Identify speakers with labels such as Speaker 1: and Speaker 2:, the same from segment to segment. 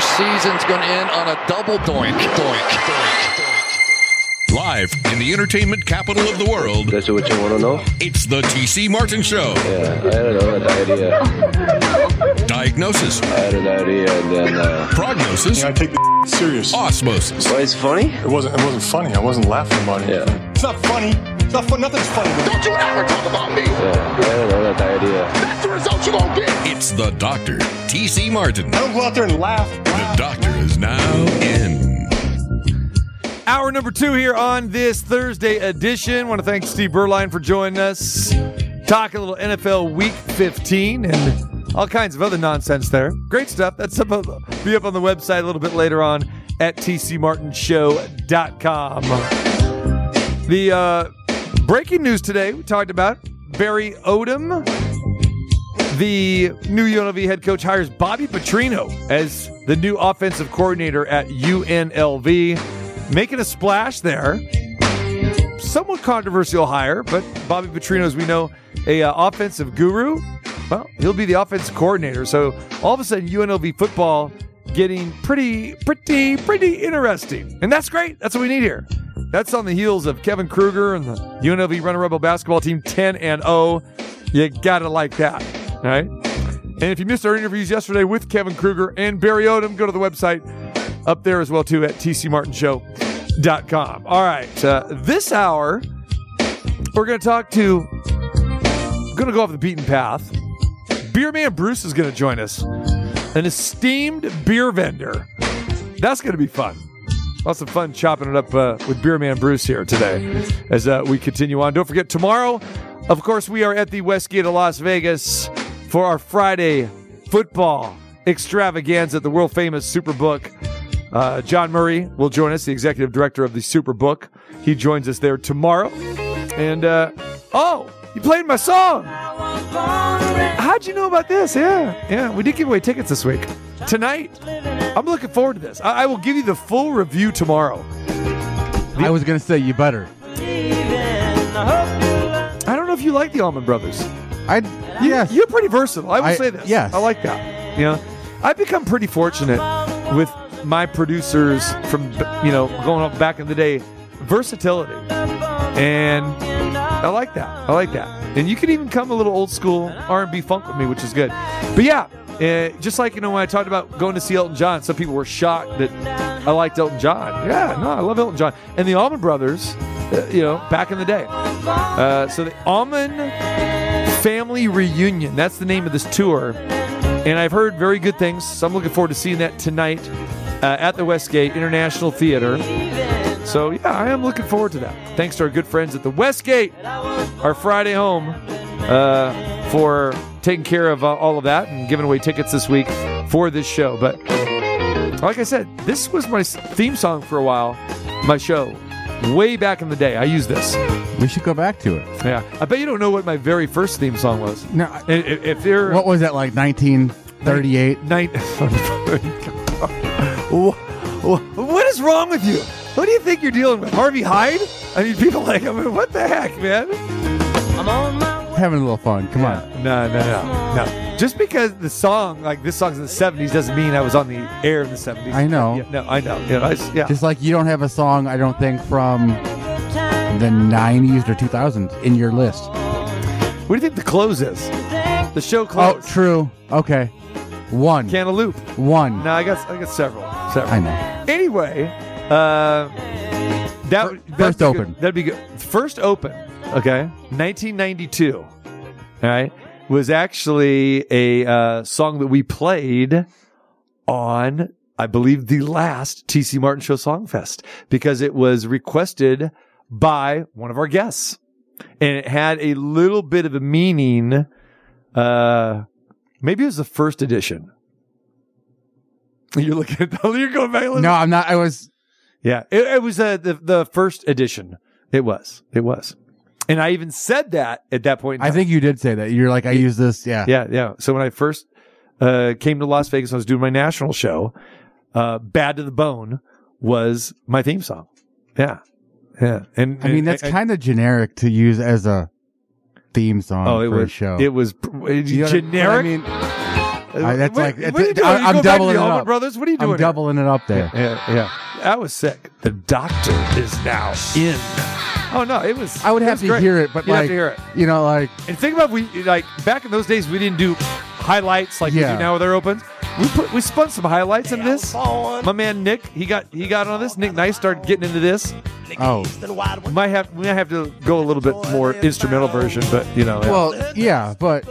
Speaker 1: season's going to end on a double doink. Doink. Doink.
Speaker 2: Live in the entertainment capital of the world,
Speaker 3: That's what you want to know?
Speaker 2: it's the TC Martin Show.
Speaker 3: Yeah, I had a diarrhea.
Speaker 2: Diagnosis,
Speaker 3: I had a diarrhea and then. Uh,
Speaker 2: prognosis,
Speaker 4: I take this serious.
Speaker 2: osmosis.
Speaker 3: why it's funny?
Speaker 4: It wasn't. It wasn't funny. I wasn't laughing about it.
Speaker 3: Yeah.
Speaker 4: It's not funny. It's not fun. Nothing's funny.
Speaker 5: Don't you ever talk about me.
Speaker 3: Yeah, I had a diarrhea.
Speaker 5: That's the result you gonna get.
Speaker 2: It's the doctor, TC Martin.
Speaker 4: I don't go out there and laugh.
Speaker 2: The doctor is now in.
Speaker 6: Hour number two here on this Thursday edition. Want to thank Steve Berline for joining us. Talk a little NFL Week 15 and all kinds of other nonsense there. Great stuff. That's up be up on the website a little bit later on at tcmartinshow.com. The uh, breaking news today we talked about Barry Odom. The new UNLV head coach hires Bobby Petrino as the new offensive coordinator at UNLV, making a splash there. Somewhat controversial hire, but Bobby Petrino, as we know, a uh, offensive guru. Well, he'll be the offensive coordinator. So all of a sudden, UNLV football getting pretty, pretty, pretty interesting, and that's great. That's what we need here. That's on the heels of Kevin Kruger and the UNLV Runner Rebel basketball team, ten and zero. You gotta like that, all right? And if you missed our interviews yesterday with Kevin Kruger and Barry Odom, go to the website up there as well too at tcmartinshow.com. All right, uh, this hour we're going to talk to, going to go off the beaten path. Beer man Bruce is going to join us, an esteemed beer vendor. That's going to be fun. Lots of fun chopping it up uh, with Beer Man Bruce here today as uh, we continue on. Don't forget, tomorrow, of course, we are at the Westgate of Las Vegas for our Friday football extravaganza at the world famous Superbook. Uh, John Murray will join us, the executive director of the Superbook. He joins us there tomorrow. And, uh, oh, you played my song. How'd you know about this? Yeah, yeah, we did give away tickets this week. Tonight, I'm looking forward to this. I, I will give you the full review tomorrow.
Speaker 7: I was gonna say you better.
Speaker 6: I don't know if you like the Almond Brothers.
Speaker 7: I yes.
Speaker 6: You're pretty versatile. I will
Speaker 7: I-
Speaker 6: say this.
Speaker 7: yes.
Speaker 6: I like that. You know, I've become pretty fortunate with my producers from you know going up back in the day, versatility, and I like that. I like that. And you can even come a little old school R&B funk with me, which is good. But yeah. eh, just like you know when I talked about going to see Elton John, some people were shocked that I liked Elton John. Yeah, no, I love Elton John and the Almond Brothers. eh, You know, back in the day. Uh, so the Almond Family Reunion. That's the name of this tour. And I've heard very good things. So I'm looking forward to seeing that tonight uh, at the Westgate International Theater. So, yeah, I am looking forward to that. Thanks to our good friends at the Westgate, our Friday home, uh, for taking care of uh, all of that and giving away tickets this week for this show. But like I said, this was my s- theme song for a while, my show. Way back in the day, I used this.
Speaker 7: We should go back to it.
Speaker 6: Yeah. I bet you don't know what my very first theme song was.
Speaker 7: No. I-
Speaker 6: If, if- if you're
Speaker 7: What was that like? 1938.
Speaker 6: night, Wha- wha- what is wrong with you? What do you think you're dealing with, Harvey Hyde? I mean, people like, I mean, what the heck, man?
Speaker 7: Having a little fun. Come on.
Speaker 6: No, no, no, no. Just because the song, like this song's in the '70s, doesn't mean I was on the air in the '70s.
Speaker 7: I know.
Speaker 6: Yeah, no, I know. Yeah, I s- yeah.
Speaker 7: Just like you don't have a song, I don't think from the 90s or 2000s in your list.
Speaker 6: what do you think the close is? The show
Speaker 7: Oh,
Speaker 6: close.
Speaker 7: true. Okay. One.
Speaker 6: Cantaloupe.
Speaker 7: One.
Speaker 6: No, I got, I got several. Several.
Speaker 7: I know.
Speaker 6: anyway, uh, that would- that'd
Speaker 7: first
Speaker 6: be good.
Speaker 7: open.
Speaker 6: That'd be good. First open. Okay, 1992. All right, was actually a uh, song that we played on, I believe, the last TC Martin Show Songfest because it was requested by one of our guests, and it had a little bit of a meaning. Uh, maybe it was the first edition. You're looking at you're going back.
Speaker 7: No, I'm not. I was.
Speaker 6: Yeah, it, it was uh, the the first edition. It was. It was. And I even said that at that point. in
Speaker 7: I
Speaker 6: time.
Speaker 7: think you did say that. You're like, I use this. Yeah.
Speaker 6: Yeah, yeah. So when I first uh, came to Las Vegas, I was doing my national show. Uh, "Bad to the Bone" was my theme song. Yeah, yeah. And
Speaker 7: I mean, that's kind of generic to use as a theme song
Speaker 6: Oh, it
Speaker 7: for
Speaker 6: was
Speaker 7: a show.
Speaker 6: It was pr-
Speaker 7: You know what I-
Speaker 6: generic.
Speaker 7: I mean, I- that's
Speaker 6: What-
Speaker 7: like
Speaker 6: what
Speaker 7: it's-
Speaker 6: are you doing?
Speaker 7: I,
Speaker 6: You
Speaker 7: am
Speaker 6: go back to
Speaker 7: doubling
Speaker 6: the
Speaker 7: it
Speaker 6: Allman
Speaker 7: up.
Speaker 6: Brothers. What are you doing? here?
Speaker 7: I'm doubling it up there.
Speaker 6: Yeah, yeah. That was sick. The doctor is now in. Oh no, it was.
Speaker 7: I would
Speaker 6: it
Speaker 7: have
Speaker 6: was
Speaker 7: to
Speaker 6: great.
Speaker 7: hear it, but
Speaker 6: You'd
Speaker 7: like
Speaker 6: have to hear it.
Speaker 7: you know, like
Speaker 6: And think about we like back in those days we didn't do highlights like we
Speaker 7: Yeah.
Speaker 6: do now with our opens. We put we spun some highlights in this. My man Nick, he got he got on this. Nick Nice started getting into this.
Speaker 7: oh
Speaker 6: We might have we might have to go a little bit more instrumental version, but you know. yeah.
Speaker 7: well yeah, but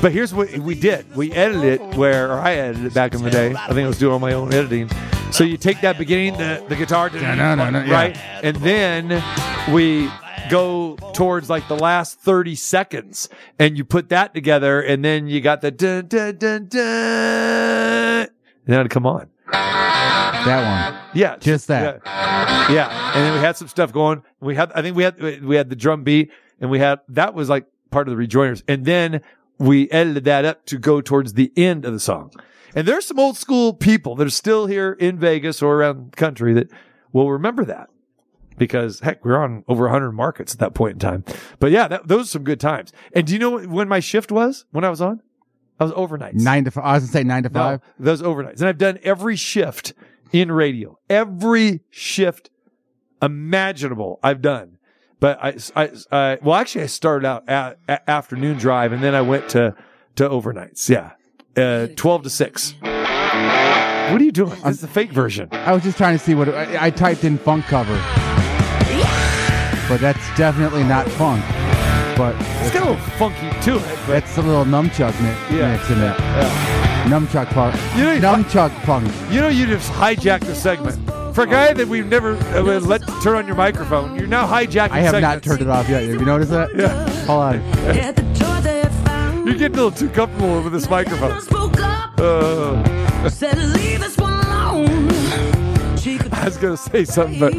Speaker 6: But here's what we did. We edited it where or I edited it back in the day. I think I was doing my own editing. So you take that beginning, the, the guitar,
Speaker 7: no, no, no, yeah.
Speaker 6: right? And then we go towards like the last 30 seconds and you put that together and then you got the dun, dun, dun, dun, and then it'd come on.
Speaker 7: that one
Speaker 6: Yeah.
Speaker 7: Just that.
Speaker 6: Yeah. Yeah. And then we had some stuff going. We had, I think we had, we had the drum beat and we had, that was like part of the rejoiners. And then we edited that up to go towards the end of the song. And there's some old school people that are still here in Vegas or around the country that will remember that because heck, we we're on over 100 markets at that point in time. But yeah, that, those are some good times. And do you know when my shift was when I was on? I was overnights.
Speaker 7: nine to five. I was gonna say nine to
Speaker 6: No,
Speaker 7: five.
Speaker 6: those overnights. And I've done every shift in radio, every shift imaginable I've done. But I, I, I well, actually, I started out at, a- afternoon drive and then I went to, to overnights. Yeah. Uh, 12 to 6. What are you doing? It's the fake version.
Speaker 7: I was just trying to see what I, I typed in funk cover, but that's definitely not funk. But
Speaker 6: It's got a little funky to it, but
Speaker 7: that's a little numchuck mi-
Speaker 6: Yeah.
Speaker 7: mix in there. Numchuck funk.
Speaker 6: You know, you-
Speaker 7: numchuck funk.
Speaker 6: you know, you just hijacked the segment. For a guy that we've never uh, let turn on your microphone, you're now hijacking
Speaker 7: I have not
Speaker 6: segments.
Speaker 7: turned it off yet. Have you noticed that?
Speaker 6: Yeah.
Speaker 7: Hold on.
Speaker 8: At the door they found
Speaker 6: You're getting a little too comfortable with this microphone.
Speaker 8: spoke up,
Speaker 6: Uh,
Speaker 8: said leave this one alone. She could
Speaker 6: I was gonna say something, but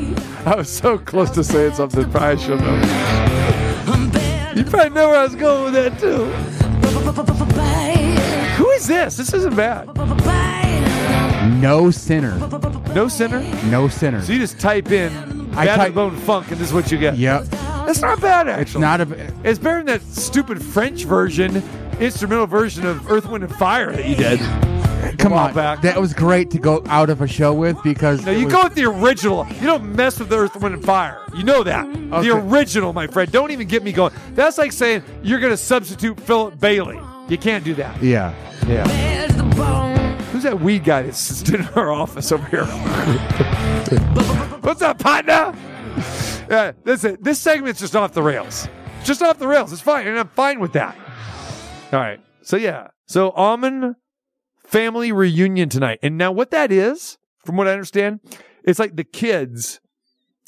Speaker 6: I was so close to saying something. Probably should have. You probably know where I was going with that too. Who is this? This isn't bad.
Speaker 7: No sinner.
Speaker 6: No sinner.
Speaker 7: No sinner.
Speaker 6: So you just type in
Speaker 7: I
Speaker 6: "Bad
Speaker 7: type-
Speaker 6: Bone Funk" and this is what you get.
Speaker 7: Yep.
Speaker 6: that's not bad actually.
Speaker 7: It's not a.
Speaker 6: It's better than that stupid French version, instrumental version of Earth, Wind, and Fire that you did.
Speaker 7: Come
Speaker 6: while
Speaker 7: on.
Speaker 6: back.
Speaker 7: That was great to go out of a show with because.
Speaker 6: Now
Speaker 7: it
Speaker 6: you
Speaker 7: was-
Speaker 6: go with the original. You don't mess with the Earth, Wind, and Fire. You know that.
Speaker 7: Okay.
Speaker 6: The original, my friend. Don't even get me going. That's like saying you're gonna substitute Philip Bailey. You can't do that.
Speaker 7: Yeah. Yeah.
Speaker 6: Who's that weed guy that's just in our office over here? What's up, partner? Yeah, that's it. This segment's just off the rails. It's Just off the rails. It's fine, and I'm fine with that. All right. So yeah. So almond family reunion tonight, and now what that is, from what I understand, it's like the kids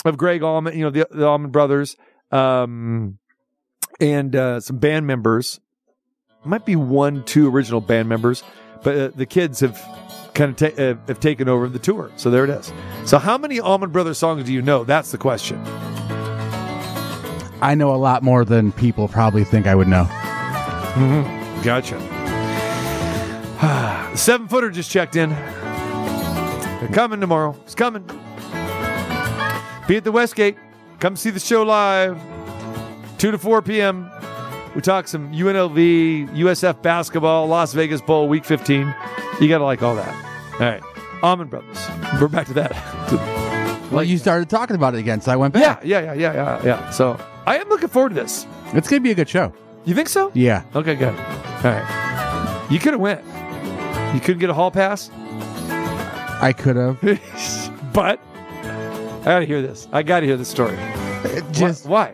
Speaker 6: of Greg Almond, you know, the, the Almond brothers, um, and uh, some band members. Might be one, two original band members but uh, the kids have kind of ta- uh, have taken over the tour. So there it is. So how many Almond Brothers songs do you know? That's the question.
Speaker 7: I know a lot more than people probably think I would know.
Speaker 6: Gotcha. The seven footer just checked in. They're coming tomorrow. It's coming. Be at the Westgate. Come see the show live. 2 to 4 p.m. We talk some UNLV, USF basketball, Las Vegas Bowl, week 15. You got to like all that. All right. Almond Brothers. We're back to that.
Speaker 7: Well, you started talking about it again, so I went
Speaker 6: Yeah,
Speaker 7: back.
Speaker 6: yeah, yeah, yeah, yeah, yeah. So I am looking forward to this.
Speaker 7: Yeah. It's going to be a good show.
Speaker 6: You think so?
Speaker 7: Yeah.
Speaker 6: Okay, good. All right. You could have went. You couldn't get a hall pass,
Speaker 7: I could have.
Speaker 6: but I gotta hear this. I gotta hear this story.
Speaker 7: Just.
Speaker 6: Why?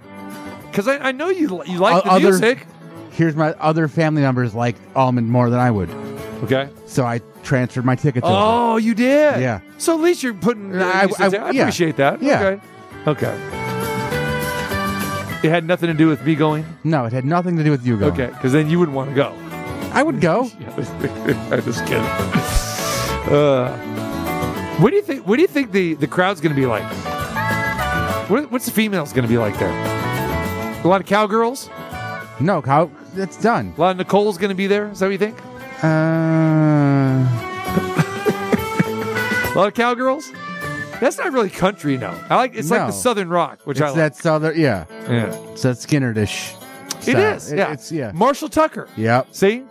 Speaker 6: Because I, I know you li- you like
Speaker 7: O-
Speaker 6: the
Speaker 7: other-
Speaker 6: music.
Speaker 7: Here's my other family members like Almond more than I would.
Speaker 6: Okay.
Speaker 7: So I transferred my ticket to them.
Speaker 6: Oh, you did.
Speaker 7: Yeah.
Speaker 6: So at least you're putting.
Speaker 7: Uh, I-
Speaker 6: I, I,
Speaker 7: I- yeah.
Speaker 6: appreciate that.
Speaker 7: Yeah.
Speaker 6: Okay. Okay. It had nothing to do with me going.
Speaker 7: No, it had nothing to do with you going.
Speaker 6: Okay, because then you wouldn't want to go.
Speaker 7: I would go.
Speaker 6: I'm just kidding. Uh, what do you think? What do you think the, the crowd's going to be like? What, what's the females going to be like there? A lot of cowgirls.
Speaker 7: No, cow. It's done.
Speaker 6: A lot of Nicole's going to be there. Is that what you think?
Speaker 7: Uh,
Speaker 6: A lot of cowgirls. That's not really country now. I like it's like
Speaker 7: No.
Speaker 6: the southern rock, which
Speaker 7: it's
Speaker 6: I like.
Speaker 7: that southern. Yeah.
Speaker 6: yeah.
Speaker 7: It's that Skinnerish.
Speaker 6: It
Speaker 7: style.
Speaker 6: is. Yeah.
Speaker 7: It's yeah.
Speaker 6: Marshall Tucker.
Speaker 7: Yep.
Speaker 6: See,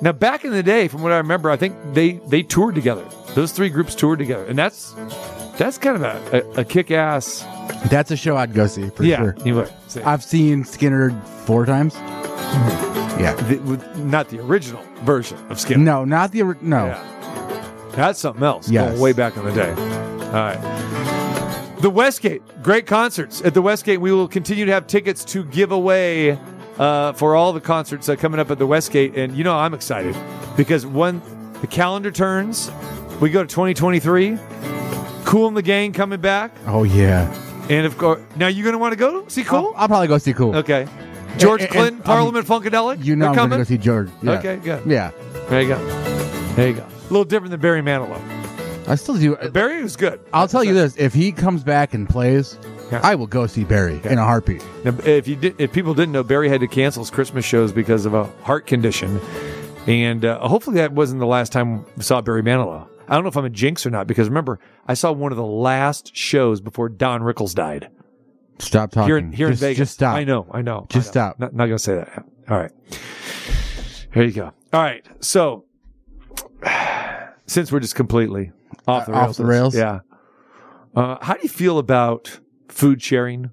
Speaker 6: Now, back in the day, from what I remember, I think they they toured together. Those three groups toured together, and that's that's kind of a, a, a kick ass.
Speaker 7: That's a show I'd go see for
Speaker 6: Yeah,
Speaker 7: sure.
Speaker 6: you would. say.
Speaker 7: I've seen Skinner four times. Yeah.
Speaker 6: The- with- not the original version of Skinner.
Speaker 7: No, not the ori- no.
Speaker 6: Yeah. That's something else.
Speaker 7: Yes.
Speaker 6: Going way back in the day. All right. The Westgate, great concerts at the Westgate. We will continue to have tickets to give away uh, for all the concerts that are coming up at the Westgate, and you know I'm excited because when the calendar turns, we go to 2023. Cool and the Gang coming back,
Speaker 7: Oh yeah.
Speaker 6: and of course, now you're gonna want to go see Cool.
Speaker 7: I'll, I'll probably go see Cool.
Speaker 6: okay, George
Speaker 7: Oh, And- and-
Speaker 6: Clinton,
Speaker 7: um,
Speaker 6: Parliament Funkadelic.
Speaker 7: You know
Speaker 6: they're
Speaker 7: I'm
Speaker 6: coming.
Speaker 7: gonna go see George. Yeah.
Speaker 6: Okay, good.
Speaker 7: Yeah.
Speaker 6: There you go. There you go. A little different than Barry Manilow.
Speaker 7: I still do. uh,
Speaker 6: Barry was good. Uh,
Speaker 7: I'll tell you this: if he comes back and plays,
Speaker 6: Yeah.
Speaker 7: I will go see Barry in a heartbeat.
Speaker 6: Now, if you did, if people didn't know, Barry had to cancel his Christmas shows because of a heart condition, and uh, hopefully that wasn't the last time we saw Barry Manilow. I don't know if I'm a jinx or not because remember I saw one of the last shows before Don Rickles died
Speaker 7: Stop talking.
Speaker 6: here in, here
Speaker 7: just,
Speaker 6: in Vegas.
Speaker 7: Just stop.
Speaker 6: I know. I know.
Speaker 7: Just
Speaker 6: I know.
Speaker 7: stop.
Speaker 6: Not, not gonna say that. All right. Here you go. All right. So since we're just completely off the
Speaker 7: Uh,
Speaker 6: rails,
Speaker 7: off the rails?
Speaker 6: yeah. Uh, how do you feel about food sharing?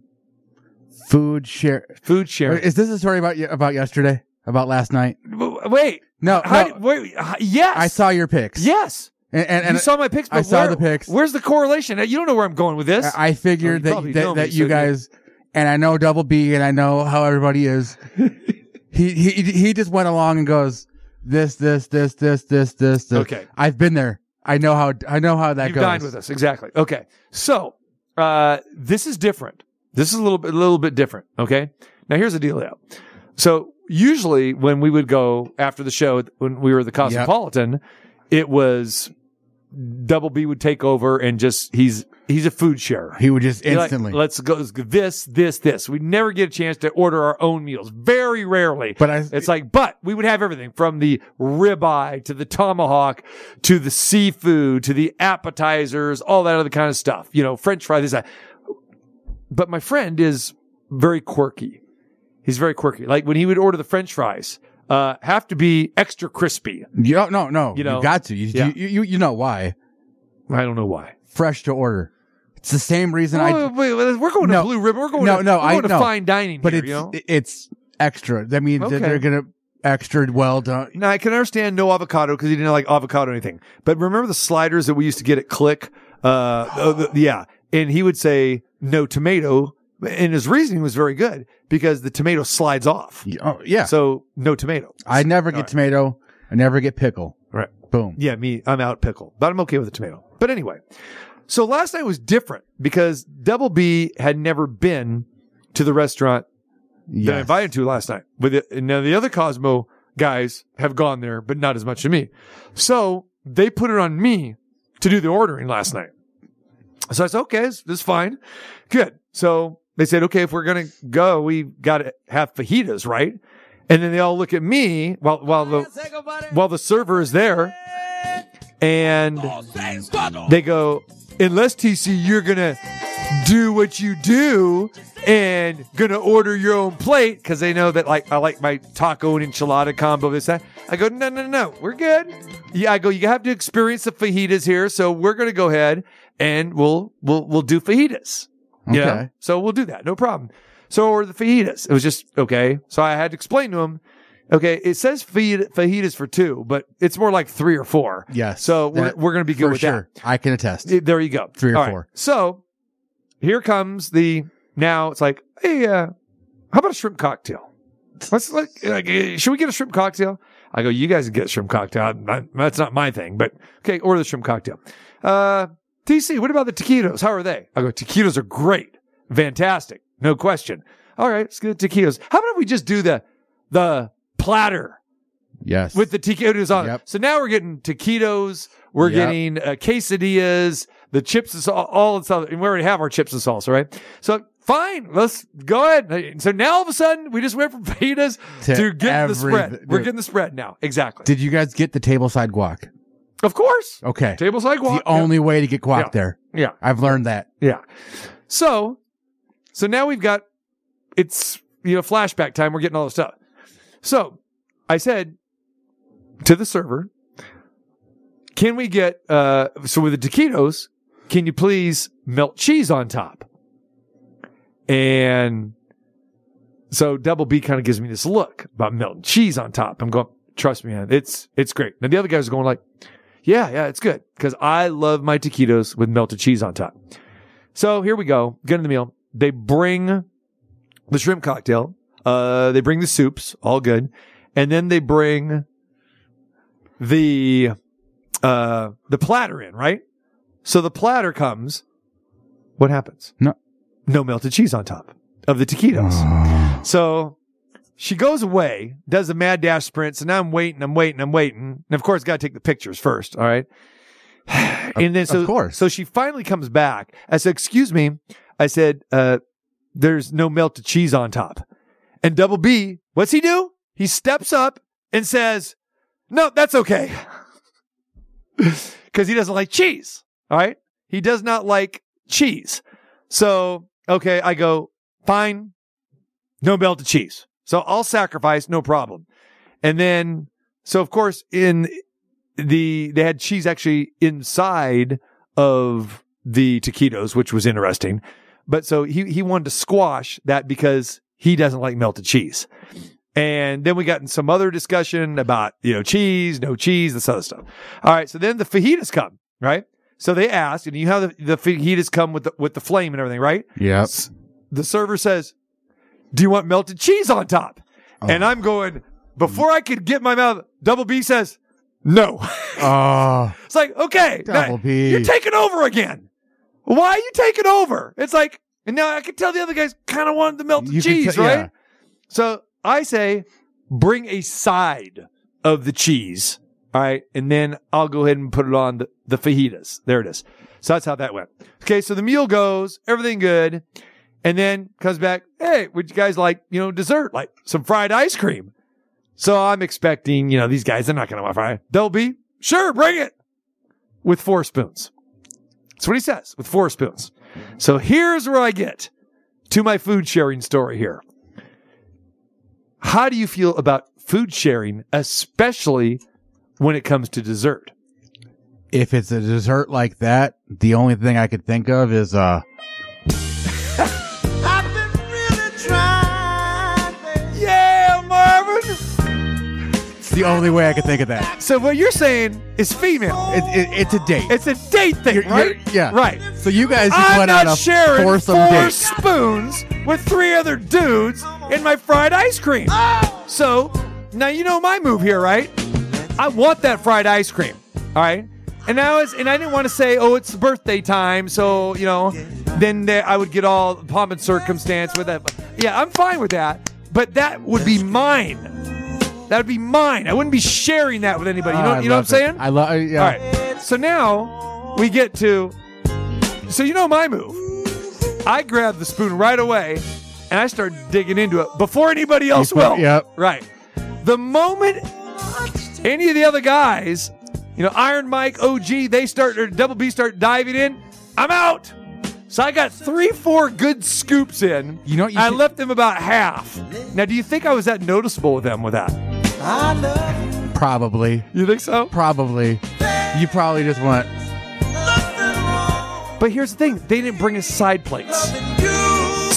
Speaker 7: Food share.
Speaker 6: Food sharing.
Speaker 7: Is this a story about ye- about yesterday? About last night?
Speaker 6: W- Wait.
Speaker 7: No,
Speaker 6: How
Speaker 7: no.
Speaker 6: do- wait. h- Yes.
Speaker 7: I saw your pics.
Speaker 6: Yes.
Speaker 7: and and,
Speaker 6: you
Speaker 7: and
Speaker 6: saw my pics.
Speaker 7: I
Speaker 6: but
Speaker 7: saw
Speaker 6: where-
Speaker 7: the pics.
Speaker 6: Where's the correlation? You don't know where I'm going with this.
Speaker 7: I I figured
Speaker 6: Well, Oh, you probably
Speaker 7: that that,
Speaker 6: know me,
Speaker 7: that you
Speaker 6: so you-
Speaker 7: guys, and I know Double B, and I know how everybody is. he he he just went along and goes this this this this this this. this.
Speaker 6: Okay.
Speaker 7: I've been there. I know how I know how that
Speaker 6: You've
Speaker 7: goes.
Speaker 6: dined with us, exactly. Okay, so uh, this is different. This is a little bit, a little bit different. Okay, now here's the deal. Though. So usually when we would go after the show when we were at the Cosmopolitan, it was Double B would take over and just he's he's a food sharer.
Speaker 7: He would just
Speaker 6: Be like,
Speaker 7: instantly.
Speaker 6: let's go let's go this this this. We never get a chance to order our own meals. Very rarely.
Speaker 7: But I-
Speaker 6: it's like but we would have everything from the ribeye to the tomahawk to the seafood to the appetizers, all that other kind of stuff. You know, French fries. This, that. But my friend is very quirky. He's very quirky. Like when he would order the French fries, uh, have to be extra crispy.
Speaker 7: you don't, no no.
Speaker 6: You
Speaker 7: You,
Speaker 6: know,
Speaker 7: got to. You,
Speaker 6: yeah.
Speaker 7: you you you know why?
Speaker 6: I don't know why. Oh,
Speaker 7: Fresh to order. It's the same reason I.
Speaker 6: Wait, wait, wait, we're going
Speaker 7: No.
Speaker 6: to blue ribbon. We're going
Speaker 7: No,
Speaker 6: to,
Speaker 7: no,
Speaker 6: we're
Speaker 7: I
Speaker 6: going to
Speaker 7: know.
Speaker 6: fine dining.
Speaker 7: but
Speaker 6: here,
Speaker 7: it's
Speaker 6: you know?
Speaker 7: it's extra. That means
Speaker 6: Okay.
Speaker 7: that they're gonna extra well done.
Speaker 6: Now I can understand no avocado because he didn't like avocado or anything. But remember the sliders that we used to get at Click? Uh, uh, the- yeah, and he would say no tomato, and his reasoning was very good because the tomato slides off.
Speaker 7: Oh yeah.
Speaker 6: So no tomato.
Speaker 7: I never get
Speaker 6: All right.
Speaker 7: tomato. I never get pickle.
Speaker 6: Right.
Speaker 7: Boom.
Speaker 6: Yeah, me, I'm out pickle, but I'm okay with the tomato. But anyway, so last night was different because Double B had never been to the restaurant that I
Speaker 7: Yes.
Speaker 6: invited to last night. But the, and now the other Cosmo guys have gone there, but not as much to me. So they put it on me to do the ordering last night. So I said, okay, this this is fine. Good. So they said, okay, if we're going to go, we got to have fajitas, right? And then they all look at me while, while the, while the server is there and they go, unless TC, you're gonna do what you do and gonna order your own plate because they know that like I like my taco and enchilada combo. This that I go, no, no, no, we're good. Yeah, I go. You have to experience the fajitas here, so we're gonna go ahead and we'll we'll we'll do fajitas. You know?
Speaker 7: Okay.
Speaker 6: So we'll do that. No problem. So or the fajitas. It was just okay. So I had to explain to him. Okay, it says fajita- fajitas for two, but it's more like three or four.
Speaker 7: Yes.
Speaker 6: So we're,
Speaker 7: That-
Speaker 6: we're going to be
Speaker 7: for
Speaker 6: good with that.
Speaker 7: sure. I can attest.
Speaker 6: Eh, There you go.
Speaker 7: Three or
Speaker 6: All right.
Speaker 7: four.
Speaker 6: So here comes the now it's like, hey, uh, how about a shrimp cocktail? Let's like, like, eh, should we get a shrimp cocktail? I go, you guys can get a shrimp cocktail. I'm not- that's not my thing, but okay, order the shrimp cocktail. Uh, TC, what about the taquitos? How are they? I go, taquitos are great. Fantastic. No question. All right, let's get the taquitos. How about if we just do the, the platter?
Speaker 7: yes.
Speaker 6: with the taquitos on. it.
Speaker 7: Yep.
Speaker 6: So now we're getting taquitos, we're
Speaker 7: Yep.
Speaker 6: getting uh, quesadillas, the chips and salsa, all the stuff. And we already have our chips and salsa, right? So fine, let's go ahead. So now all of a sudden, we just went from fajitas to,
Speaker 7: To
Speaker 6: getting the spread.
Speaker 7: everything.
Speaker 6: We're getting the spread now. Exactly.
Speaker 7: Did you guys get the tableside guac?
Speaker 6: of course.
Speaker 7: Okay.
Speaker 6: Tables like
Speaker 7: the
Speaker 6: walk.
Speaker 7: only way to get guac
Speaker 6: Yeah.
Speaker 7: there.
Speaker 6: Yeah.
Speaker 7: I've learned that.
Speaker 6: Yeah. So, so now we've got it's you know flashback time. We're getting all this stuff. So I said, to the server. Can we get uh, so with the taquitos? Can you please melt cheese on top? And so Double B kind of gives me this look about melting cheese on top. I'm going, trust me, man, it's it's great. Now the other guys are going like, yeah, yeah, it's good because I love my taquitos with melted cheese on top. So here we go, get in the meal. They bring the shrimp cocktail. Uh, they bring the soups, all good, and then they bring the uh the platter in, right? So the platter comes. What happens?
Speaker 7: No. Oh.
Speaker 6: no melted cheese on top of the taquitos. So she goes away, does a mad dash sprint. So now I'm waiting, I'm waiting, I'm waiting. And of course, got to take the pictures first. All right. and then so,
Speaker 7: of course.
Speaker 6: so she finally comes back. I said, Excuse me. I said, uh, There's no melted cheese on top. And Double B, what's he do? He steps up and says, No, that's okay. Because he doesn't like cheese. All right. He does not like cheese. So, okay, I go, Fine no melted cheese. So I'll sacrifice, no problem. And then, so of course, in the, they had cheese actually inside of the taquitos, which was interesting. But so he, he wanted to squash that because he doesn't like melted cheese. And then we got in some other discussion about, you know, cheese, no cheese, this other stuff. All right. So then the fajitas come, right? So they asked, and you know how the, the fajitas come with the, with the flame and everything, right?
Speaker 7: Yep.
Speaker 6: S- The server says, do you want melted cheese on top?
Speaker 7: Oh.
Speaker 6: And I'm going, before I could get my mouth, Double B says, no.
Speaker 7: Oh,
Speaker 6: it's like, okay. now
Speaker 7: Double B.
Speaker 6: You're taking over again. Why are you taking over? It's like, and now I could tell the other guys kind of wanted the melted
Speaker 7: You can
Speaker 6: cheese,
Speaker 7: tell-
Speaker 6: right?
Speaker 7: yeah.
Speaker 6: So I say, bring a side of the cheese. All right. And then I'll go ahead and put it on the, the fajitas. There it is. So that's how that went. Okay. So the meal goes, everything good. And then comes back, hey, would you guys like, you know, dessert, like some fried ice cream? So I'm expecting, you know, these guys, they're not going to want fried. They'll be, sure, bring it with four spoons. That's what he says with four spoons. So here's where I get to my food sharing story here. How do you feel about food sharing, especially when it comes to dessert?
Speaker 7: if it's a dessert like that, the only thing I could think of is uh,
Speaker 6: Yeah, Marvin.
Speaker 7: it's the only way I could think of that.
Speaker 6: So what you're saying is female.
Speaker 7: It, it, it's a date.
Speaker 6: It's a date thing,
Speaker 7: You're-
Speaker 6: right?
Speaker 7: you're- yeah.
Speaker 6: Right.
Speaker 7: so you guys just
Speaker 6: I'm
Speaker 7: went on
Speaker 6: not
Speaker 7: a
Speaker 6: sharing
Speaker 7: foursome
Speaker 6: four
Speaker 7: date.
Speaker 6: spoons with three other dudes in my fried ice cream. So now you know my move here, right? I want that fried ice cream. All right. And now it's and I didn't want to say, oh, it's birthday time, so you know, then there, I would get all pomp and circumstance with that. Yeah, I'm fine with that, but that would be mine. That would be mine. I wouldn't be sharing that with anybody. You know,
Speaker 7: Oh, I
Speaker 6: you know what I'm
Speaker 7: love
Speaker 6: saying?
Speaker 7: it. I love. Yeah.
Speaker 6: All right. So now we get to. So you know my move. I grab the spoon right away, and I start digging into it before anybody else
Speaker 7: put-
Speaker 6: will.
Speaker 7: yep.
Speaker 6: Right. The moment any of the other guys, you know, Iron Mike, OG, they start or Double B start diving in, I'm out. So I got three, four good scoops in.
Speaker 7: You know what you
Speaker 6: I
Speaker 7: should-
Speaker 6: left them about half. Now, do you think I was that noticeable with them with that?
Speaker 7: Probably.
Speaker 6: You think so?
Speaker 7: Probably. You probably just went.
Speaker 6: But here's the thing: they didn't bring us side plates.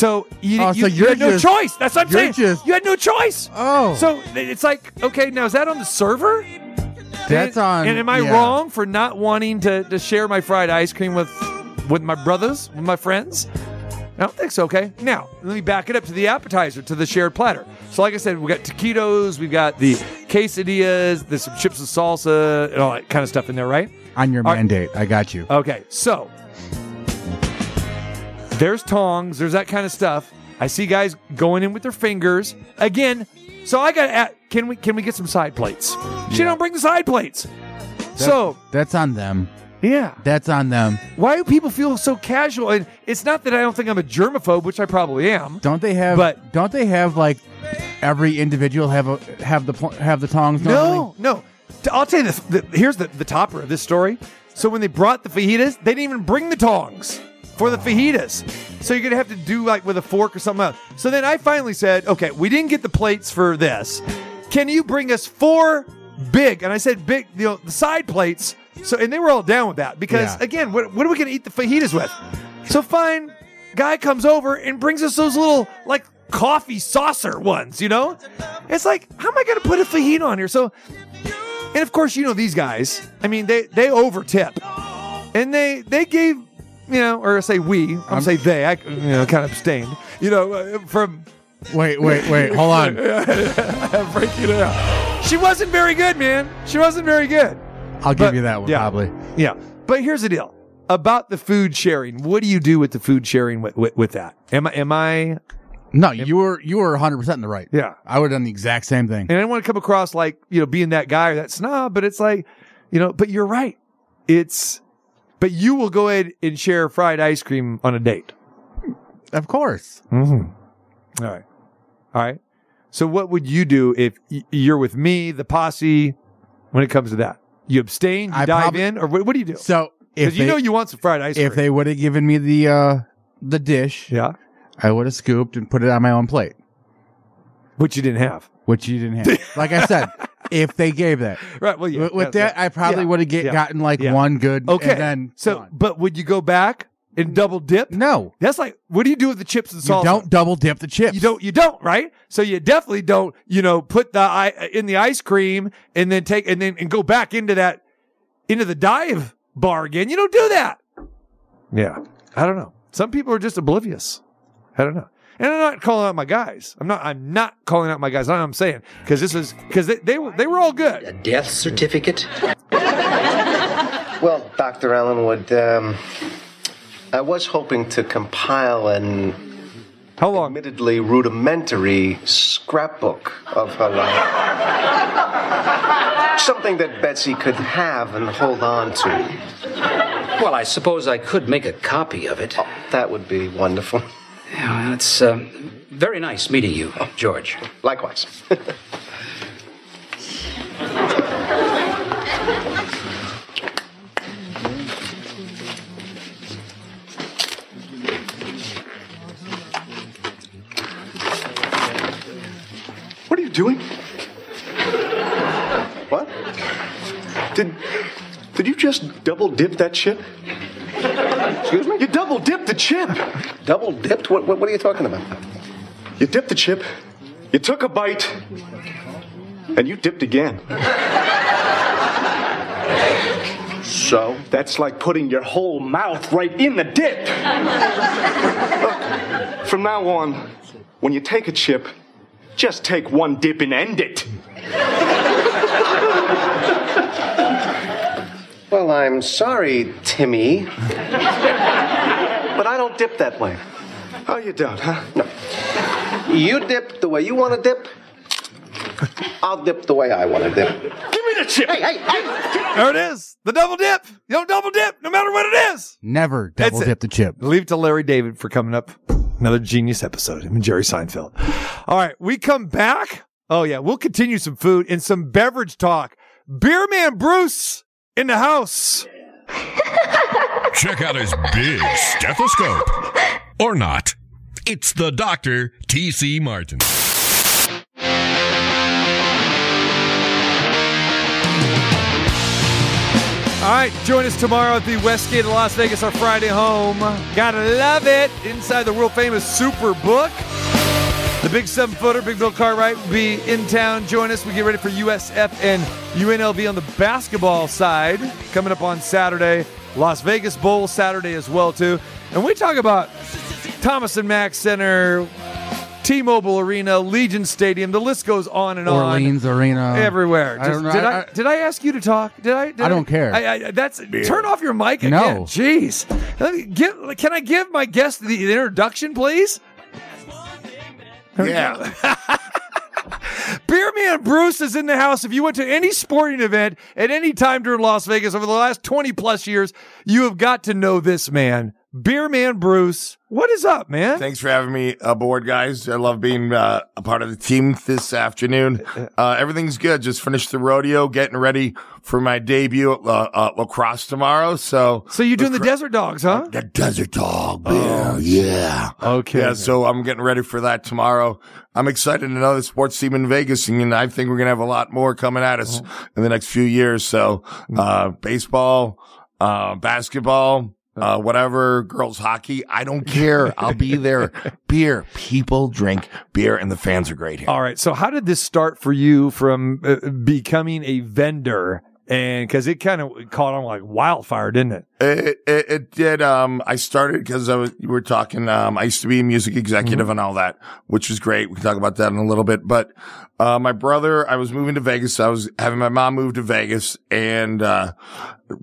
Speaker 6: So you,
Speaker 7: Oh,
Speaker 6: you, you
Speaker 7: so you're
Speaker 6: had no
Speaker 7: just-
Speaker 6: choice. That's what I'm
Speaker 7: you're
Speaker 6: saying.
Speaker 7: just-
Speaker 6: you had no choice.
Speaker 7: Oh.
Speaker 6: So it's like, okay, now is that on the server?
Speaker 7: that's
Speaker 6: and,
Speaker 7: on.
Speaker 6: And am I
Speaker 7: yeah.
Speaker 6: wrong for not wanting to, to share my fried ice cream with with my brothers, with my friends? I don't think so. Okay, now let me back it up to the appetizer, to the shared platter. So, like I said, we got taquitos, we've got the quesadillas, there's some chips and salsa, and all that kind of stuff in there, right?
Speaker 7: On your
Speaker 6: All right.
Speaker 7: mandate. I got you.
Speaker 6: Okay, so there's tongs, there's that kind of stuff. I see guys going in with their fingers again. So I got to can we can we get some side plates? She don't bring the side plates. so
Speaker 7: That's on them.
Speaker 6: yeah,
Speaker 7: That's on them.
Speaker 6: why do people feel so casual? And it's not that I don't think I'm a germaphobe, which I probably am.
Speaker 7: Don't they have?
Speaker 6: But-
Speaker 7: don't they have like every individual have a have the pl- have the tongs? normally?
Speaker 6: No, no. T- I'll tell you this. The, here's the, the topper of this story. So when they brought the fajitas, they didn't even bring the tongs for the fajitas. So you're gonna have to do like with a fork or something else. So then I finally said, okay, we didn't get the plates for this. Can you bring us four big, and I said big, you know, the side plates. So, and they were all down with that because,
Speaker 9: Yeah.
Speaker 6: again, what, what are we going to eat the fajitas with? So, fine, guy comes over and brings us those little like coffee saucer ones. You know, it's like, how am I going to put a fajita on here? So, and of course, you know these guys. I mean, they they over tip, and they they gave you know, or say we. I'm, say they. I you know kind of abstained. You know, uh, from
Speaker 7: Wait, wait, wait. Hold on.
Speaker 6: breaking it out. She wasn't very good, man. She wasn't very good.
Speaker 7: I'll give
Speaker 6: But-
Speaker 7: you that one
Speaker 6: yeah.
Speaker 7: probably.
Speaker 6: Yeah, but here's the deal about the food sharing. What do you do with the food sharing with, with, with that? Am I? Am I?
Speaker 7: No, you were you were 100 percent in the right.
Speaker 6: Yeah.
Speaker 7: I would have done the exact same thing.
Speaker 6: And I don't want to come across like you know being that guy or that snob, but it's like you know. But you're right. It's. But you will go ahead and share fried ice cream on a date.
Speaker 7: Of course.
Speaker 6: Mm-hmm. All right. All right. So what would you do if y- you're with me, the posse, when it comes to that? You abstain, you
Speaker 7: I
Speaker 6: dive
Speaker 7: probably-
Speaker 6: in, or what, what do you do?
Speaker 7: So if
Speaker 6: Because
Speaker 7: they,
Speaker 6: you know you want some fried ice
Speaker 7: if
Speaker 6: cream.
Speaker 7: they would have given me the uh the dish,
Speaker 6: yeah.
Speaker 7: I would have scooped and put it on my own plate,
Speaker 6: Which you didn't have.
Speaker 7: which you didn't have. like I said, if they gave that.
Speaker 6: Right. Well, yeah.
Speaker 7: With- with
Speaker 6: yeah,
Speaker 7: that, I probably
Speaker 6: yeah,
Speaker 7: would have get
Speaker 6: yeah,
Speaker 7: gotten like
Speaker 6: yeah.
Speaker 7: one good.
Speaker 6: Okay.
Speaker 7: and then
Speaker 6: so,
Speaker 7: gone.
Speaker 6: but would you go back and double dip?
Speaker 7: no,
Speaker 6: That's like, what do you do with the chips and
Speaker 7: you
Speaker 6: salsa?
Speaker 7: don't double dip the chips.
Speaker 6: You don't. You don't. Right. So you definitely don't. You know, put the i- uh, in the ice cream and then take and then and go back into that into the dive bar again. You don't do that. Yeah. I don't know. Some people are just oblivious. I don't know. And I'm not calling out my guys. I'm not. I'm not calling out my guys. I know what I'm saying because this is because they, they were they were all good.
Speaker 10: death certificate? well, Dr. Allenwood, um, I was hoping to compile an
Speaker 6: How long?
Speaker 10: admittedly rudimentary scrapbook of her life. Something that Betsy could have and hold on to. Well, I suppose I could make a copy of it. Oh, that would be wonderful. Yeah, that's uh, very nice meeting you, George. Likewise.
Speaker 4: What are you doing?
Speaker 10: what?
Speaker 4: Did did you just double dip that chip?
Speaker 10: Excuse me?
Speaker 4: You double dipped the chip.
Speaker 10: Double dipped? What, what, what are you talking about?
Speaker 4: You dipped the chip. You took a bite. And you dipped again.
Speaker 10: So?
Speaker 4: That's like putting your whole mouth right in the dip. Look, from now on, when you take a chip, just take one dip and end it.
Speaker 10: Well, I'm sorry, Timmy. but I don't dip that way.
Speaker 4: Oh, you don't, huh?
Speaker 10: No. You dip the way you want to dip. I'll dip the way I want to dip.
Speaker 4: Give me the chip.
Speaker 10: Hey, hey, hey!
Speaker 6: There it is. The double dip. You don't double dip, no matter what it is.
Speaker 7: never
Speaker 6: That's
Speaker 7: double
Speaker 6: it.
Speaker 7: dip the chip.
Speaker 6: Leave it to Larry David for coming up. Another genius episode. Him and Jerry Seinfeld. All right, we come back. Oh, yeah, we'll continue some food and some beverage talk. Beer Man Bruce in the house.
Speaker 2: Check out his big stethoscope. Or not. It's the doctor, T.C. Martin.
Speaker 6: All right, join us tomorrow at the Westgate of Las Vegas, our Friday home. Gotta love it. Inside the world famous Superbook. The big seven footer, Big Bill Cartwright, will be in town. Join us. We get ready for USF and UNLV on the basketball side coming up on Saturday. Las Vegas Bowl Saturday as well too. And we talk about Thomas and Mack Center, T-Mobile Arena, Legion Stadium. The list goes on and on.
Speaker 7: Orleans Arena.
Speaker 6: Everywhere.
Speaker 7: Uh, I don't
Speaker 6: Just-
Speaker 7: know.
Speaker 6: Did I,
Speaker 7: I- I-
Speaker 6: did I ask you to talk? Did I? did
Speaker 7: I don't care.
Speaker 6: I, I, that's turn off your mic again.
Speaker 7: No.
Speaker 6: Jeez. Let me give, can I give my guest the, the introduction, please?
Speaker 1: Yeah.
Speaker 6: Beerman Bruce is in the house. If you went to any sporting event at any time during Las Vegas over the last 20 plus years, you have got to know this man, Beer Man Bruce. What is up, man?
Speaker 9: Thanks for having me aboard, guys. I love being uh, a part of the team this afternoon. Uh, everything's good. Just finished the rodeo, getting ready for my debut at La- uh, lacrosse tomorrow. So,
Speaker 6: so you're doing the Desert Dogs, huh?
Speaker 9: The Desert Dog, beer. yeah.
Speaker 6: Okay.
Speaker 9: Yeah, so I'm getting ready for that tomorrow. I'm excited to know the sports team in Vegas, and I think we're going to have a lot more coming at us in the next few years. So, uh, baseball, uh, basketball, uh, whatever, girls hockey. I don't care. I'll be there. Beer. People drink beer, and the fans are great here.
Speaker 6: All right. So how did this start for you from uh, becoming a vendor? And because it kind of caught on like wildfire, didn't it?
Speaker 9: It, it, it did. Um, I started because I was, you were talking, um, I used to be a music executive and all that, which was great. We can talk about that in a little bit. But, uh, my brother, I was moving to Vegas. I was having my mom move to Vegas and, uh,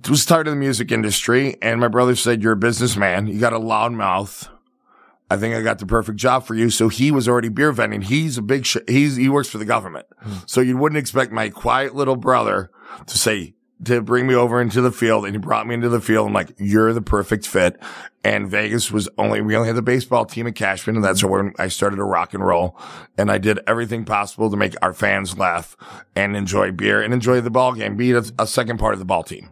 Speaker 9: was tired of the music industry. And my brother said, you're a businessman. You got a loud mouth. I think I got the perfect job for you. So he was already beer vending. He's a big, sh- he's, he works for the government. So you wouldn't expect my quiet little brother to say, to bring me over into the field and he brought me into the field. I'm like, you're the perfect fit. And Vegas was only, we only had the baseball team at Cashman. And that's when I started to rock and roll. And I did everything possible to make our fans laugh and enjoy beer and enjoy the ball game, be a, a second part of the ball team.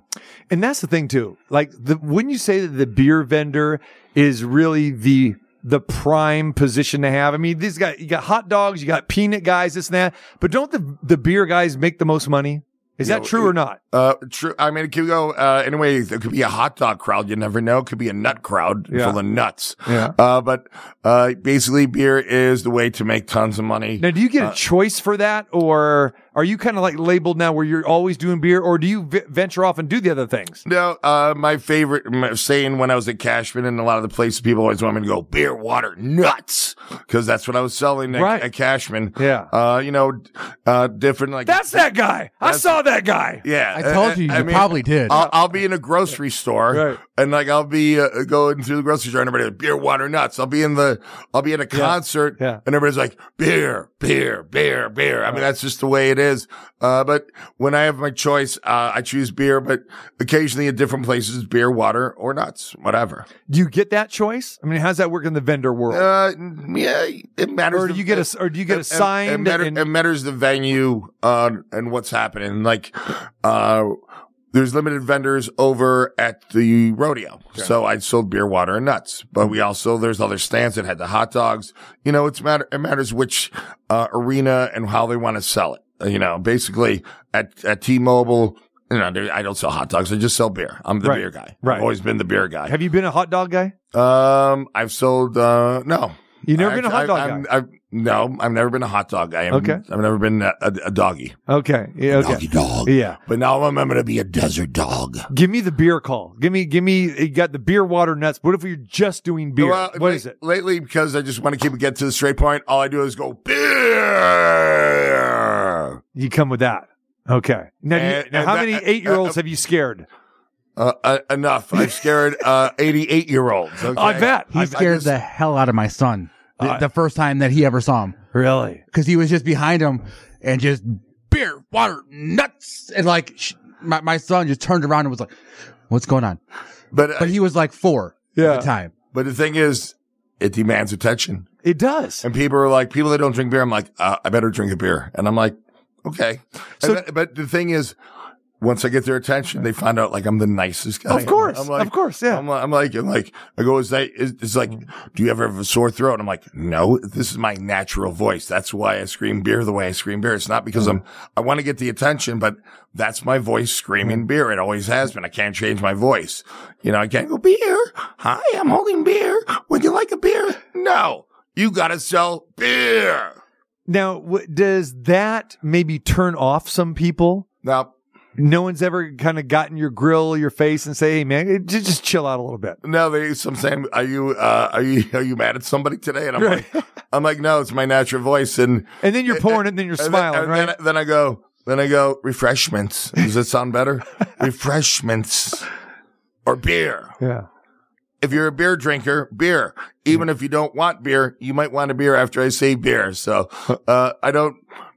Speaker 6: And that's the thing too. Like, the, wouldn't you say that the beer vendor is really the the prime position to have? I mean, these guys, you got hot dogs, you got peanut guys, this and that. But don't the the beer guys make the most money? Is that
Speaker 9: No,
Speaker 6: true or not?
Speaker 9: Uh, true. I mean, it could go, uh, anyway, it could be a hot dog crowd. You never know. It could be a nut crowd
Speaker 6: Yeah.
Speaker 9: full of nuts.
Speaker 6: Yeah.
Speaker 9: Uh, but, uh, basically beer is the way to make tons of money.
Speaker 6: Now, do you get a choice for that, or are you kind of like labeled now where you're always doing beer, or do you v- venture off and do the other things?
Speaker 9: No, uh, my favorite my saying when I was at Cashman and a lot of the places people always want me to go beer, water, nuts, because that's what I was selling at,
Speaker 6: Right.
Speaker 9: at Cashman.
Speaker 6: Yeah.
Speaker 9: Uh, you know, uh, different like
Speaker 6: That's that guy. I saw that guy.
Speaker 9: Yeah, uh,
Speaker 7: I told you, you probably did.
Speaker 9: I'll, I'll be in a grocery store,
Speaker 6: Right.
Speaker 9: and like I'll be uh, going through the grocery store, and everybody like, beer, water, nuts. I'll be in the, I'll be at a concert,
Speaker 6: yeah.
Speaker 9: and everybody's like beer, beer, beer, beer. I mean, that's just the way it is. Uh, but when I have my choice, uh, I choose beer, but occasionally at different places, beer, water, or nuts, whatever.
Speaker 6: Do you get that choice? I mean, how's that work in the vendor world?
Speaker 9: Uh, yeah, it matters.
Speaker 6: Or do
Speaker 9: the-
Speaker 6: you get a s- or do you get
Speaker 9: it-
Speaker 6: a
Speaker 9: it-
Speaker 6: signed
Speaker 9: It, matter-
Speaker 6: and-
Speaker 9: it matters the venue uh, and what's happening. Like, uh, there's limited vendors over at the rodeo, so I sold beer, water, and nuts. But we also there's other stands that had the hot dogs. You know, it's matter. It matters which uh, arena and how they want to sell it. Uh, You know, basically at at T-Mobile. You know, there- I don't sell hot dogs. I just sell beer. I'm the
Speaker 6: Right.
Speaker 9: beer guy.
Speaker 6: Right.
Speaker 9: I've always been the beer guy.
Speaker 6: Have you been a hot dog guy?
Speaker 9: Um, I've sold. Uh, no,
Speaker 6: You've never been a hot dog
Speaker 9: I, i I've, no, I've never been a hot dog guy. I'm-
Speaker 6: Okay.
Speaker 9: I've never been a, a, a doggy.
Speaker 6: Okay. Yeah. Okay.
Speaker 9: dog.
Speaker 6: Yeah.
Speaker 9: But now I'm, I'm going to be a desert dog.
Speaker 6: Give me the beer call. Give me, give me, you got the beer, water, nuts. What if you're just doing beer?
Speaker 9: Well,
Speaker 6: what
Speaker 9: la-
Speaker 6: is it?
Speaker 9: Lately, because I just want to keep it get to the straight point. All I do is go beer.
Speaker 6: You come with that. Okay. Now, do you-
Speaker 9: And-
Speaker 6: now
Speaker 9: and
Speaker 6: how
Speaker 9: that-
Speaker 6: many
Speaker 9: uh,
Speaker 6: eight year olds
Speaker 9: uh,
Speaker 6: have you scared?
Speaker 9: Uh, uh, enough. I've scared uh, 88 year olds. Okay?
Speaker 6: I bet.
Speaker 7: He
Speaker 6: I-
Speaker 7: scared
Speaker 9: just-
Speaker 7: the hell out of my son the,
Speaker 6: I-
Speaker 7: the first time that he ever saw him
Speaker 6: really?
Speaker 7: because he was just behind him and just beer, water, nuts, and like sh- my my son just turned around and was like, "What's going on?"
Speaker 9: But,
Speaker 7: But he was like four at
Speaker 6: Yeah.
Speaker 7: the time.
Speaker 9: but the thing is, it demands attention.
Speaker 6: It does.
Speaker 9: And people are like, people that don't drink beer, I'm like, uh, I better drink a beer. And I'm like, okay.
Speaker 6: So-
Speaker 9: So, but the thing is, once I get their attention, they find out like I'm the nicest guy.
Speaker 6: Of course.
Speaker 9: I'm like,
Speaker 6: of course. Yeah.
Speaker 9: I'm, like- I'm like, I'm like, I go, is that, is, it's like, do you ever have a sore throat? And I'm like, no, this is my natural voice. That's why I scream beer the way I scream beer. It's not because I'm, I want to get the attention, but that's my voice screaming beer. It always has been. I can't change my voice. You know, I can't go beer. Hi, I'm holding beer. Would you like a beer? No, you got to sell beer.
Speaker 6: now, w- does that maybe turn off some people?
Speaker 9: Now,
Speaker 6: No one's ever kind of gotten your grill, your face, and say, "Hey, man, eh, j- just chill out a little bit."
Speaker 9: No, they some saying, "Are you uh, are you are you mad at somebody today?" And I'm like, "I'm like, no, it's my natural voice." And
Speaker 6: And then you're pouring it, and then you're
Speaker 9: and then-
Speaker 6: smiling,
Speaker 9: and
Speaker 6: right?
Speaker 9: Then, then I go, then I go, refreshments. Does it sound better? refreshments or beer.
Speaker 6: yeah.
Speaker 9: If you're a beer drinker, beer. Even if you don't want beer, you might want a beer after I say beer. So uh, I don't.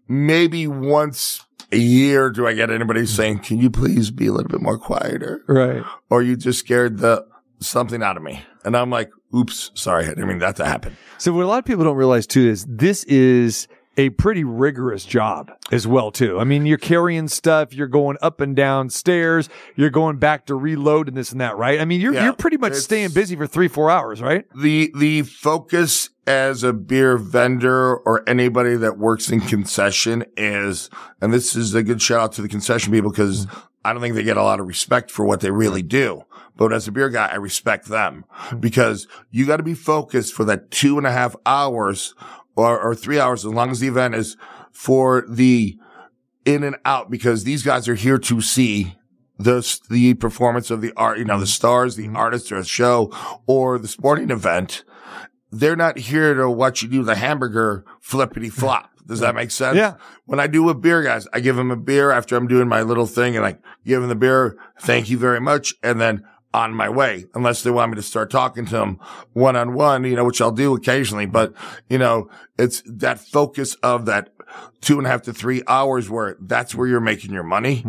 Speaker 9: Maybe once a year do I get anybody saying, "Can you please be a little bit more quieter?"
Speaker 6: Right.
Speaker 9: or you just scared the something out of me. And I'm like, oops, sorry. I didn't mean that to happen.
Speaker 6: So what a lot of people don't realize too is this is a pretty rigorous job as well too. I mean, you're carrying stuff, you're going up and down stairs, you're going back to reload and this and that, right? I mean, you're
Speaker 9: Yeah,
Speaker 6: you're pretty much
Speaker 9: it's-
Speaker 6: staying busy for three four hours, right?
Speaker 9: the the focus as a beer vendor or anybody that works in concession is, and this is a good shout out to the concession people because I don't think they get a lot of respect for what they really do. But as a beer guy, I respect them because you got to be focused for that two and a half hours or, or three hours, as long as the event is for the in and out because these guys are here to see the the performance of the art, you know, the stars, the artists, or a show, or the sporting event. They're not here to watch you do the hamburger flippity flop. Does that make sense?
Speaker 6: Yeah.
Speaker 9: When I do with beer guys, I give them a beer after I'm doing my little thing and I give them the beer. Thank you very much. And then on my way, unless they want me to start talking to them one on one, you know, which I'll do occasionally. But, you know, it's that focus of that two and a half to three hours where that's where you're making your money.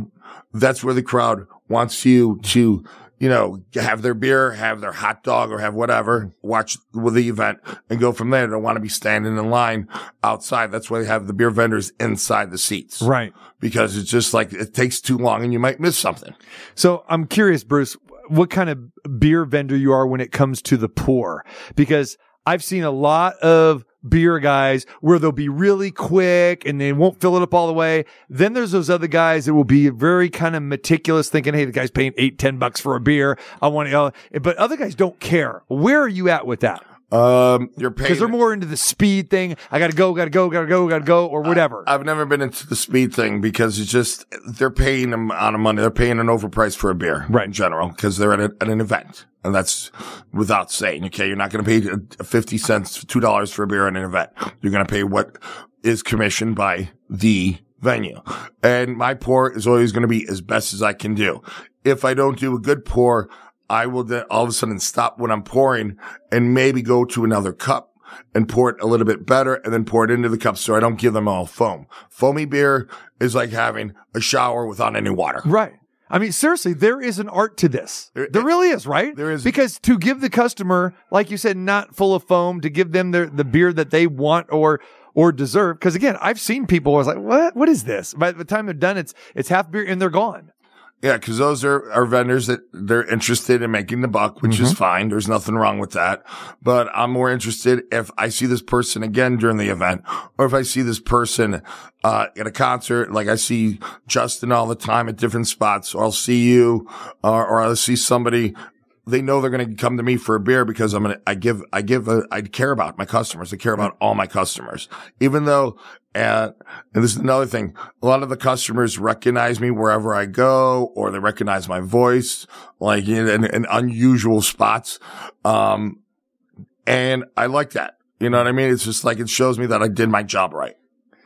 Speaker 9: That's where the crowd wants you to, you know, have their beer, have their hot dog or have whatever,
Speaker 6: Mm-hmm.
Speaker 9: watch the event and go from there. They don't want to be standing in line outside. That's why they have the beer vendors inside the seats.
Speaker 6: Right.
Speaker 9: Because it's just like it takes too long and you might miss something.
Speaker 6: So I'm curious, Bruce, what kind of beer vendor you are when it comes to the poor? Because I've seen a lot of beer guys where they'll be really quick and they won't fill it up all the way. Then there's those other guys that will be very kind of meticulous thinking, Hey, the guy's paying eight, 10 bucks for a beer. I want to, uh, but other guys don't care. Where are you at with that?
Speaker 9: Um, you're paying.
Speaker 6: Cause they're more into the speed thing. I gotta go, gotta go, gotta go, gotta go, or whatever.
Speaker 9: I've never been into the speed thing because it's just they're paying them out of money. They're paying an overprice for a beer,
Speaker 6: Right.
Speaker 9: In general, because they're at, a, at an event, and that's without saying. Okay, you're not going to pay uh, fifty cents, two dollars for a beer at an event. You're going to pay what is commissioned by the venue, and my pour is always going to be as best as I can do. If I don't do a good pour, I will then all of a sudden stop when I'm pouring and maybe go to another cup and pour it a little bit better and then pour it into the cup so I don't give them all foam. Foamy beer is like having a shower without any water.
Speaker 6: Right. I mean, seriously, there is an art to this. There,
Speaker 9: There-
Speaker 6: really is, right?
Speaker 9: there is.
Speaker 6: Because to give the customer, like you said, not full of foam, to give them their, the beer that they want or or deserve. Because again, I've seen people I was like, what what is this? By the time they're done, it's it's half beer and they're gone.
Speaker 9: Yeah, because those are, are vendors that they're interested in making the buck, which is fine. There's nothing wrong with that. But I'm more interested if I see this person again during the event, or if I see this person uh, at a concert. Like I see Justin all the time at different spots, or I'll see you, or or I'll see somebody. They know they're going to come to me for a beer because I'm going to, I give, I give, a, I care about my customers. I care about all my customers, even though and, and this is another thing. A lot of the customers recognize me wherever I go, or they recognize my voice, like in, in, in unusual spots. Um, and I like that. You know what I mean? It's just like it shows me that I did my job right.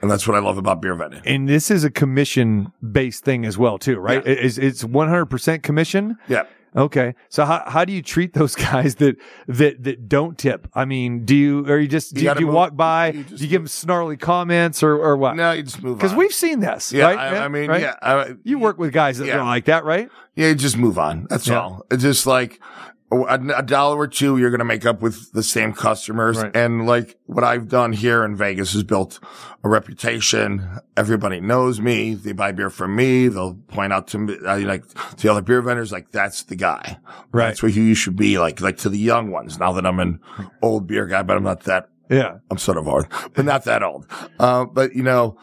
Speaker 9: And that's what I love about beer vending.
Speaker 6: And this is a commission based thing as well, too, right?
Speaker 9: Yeah.
Speaker 6: It- It's it's one hundred percent commission.
Speaker 9: Yeah.
Speaker 6: Okay. So how, how do you treat those guys that that that don't tip? I mean, do you are you just do you,
Speaker 9: gotta
Speaker 6: do you
Speaker 9: move-
Speaker 6: walk by?
Speaker 9: you just
Speaker 6: do you give them snarly comments or or what?
Speaker 9: Now you just move on.
Speaker 6: Because we've seen this,
Speaker 9: yeah,
Speaker 6: right?
Speaker 9: I,
Speaker 6: man?
Speaker 9: I mean,
Speaker 6: Right?
Speaker 9: yeah, I,
Speaker 6: You work with guys that
Speaker 9: Yeah.
Speaker 6: are like that, right?
Speaker 9: Yeah, you just move on. That's
Speaker 6: Yeah.
Speaker 9: all. It's just like a, a dollar or two you're going to make up with the same customers.
Speaker 6: Right.
Speaker 9: And like what I've done here in Vegas has built a reputation. Everybody knows me. They buy beer from me. They'll point out to me, I mean, like to the other beer vendors, like that's the guy.
Speaker 6: Right.
Speaker 9: That's who you should be like, like to the young ones. Now that I'm an old beer guy, but I'm not that
Speaker 6: Yeah.
Speaker 9: I'm sort of old, but not that old. Uh, but you know,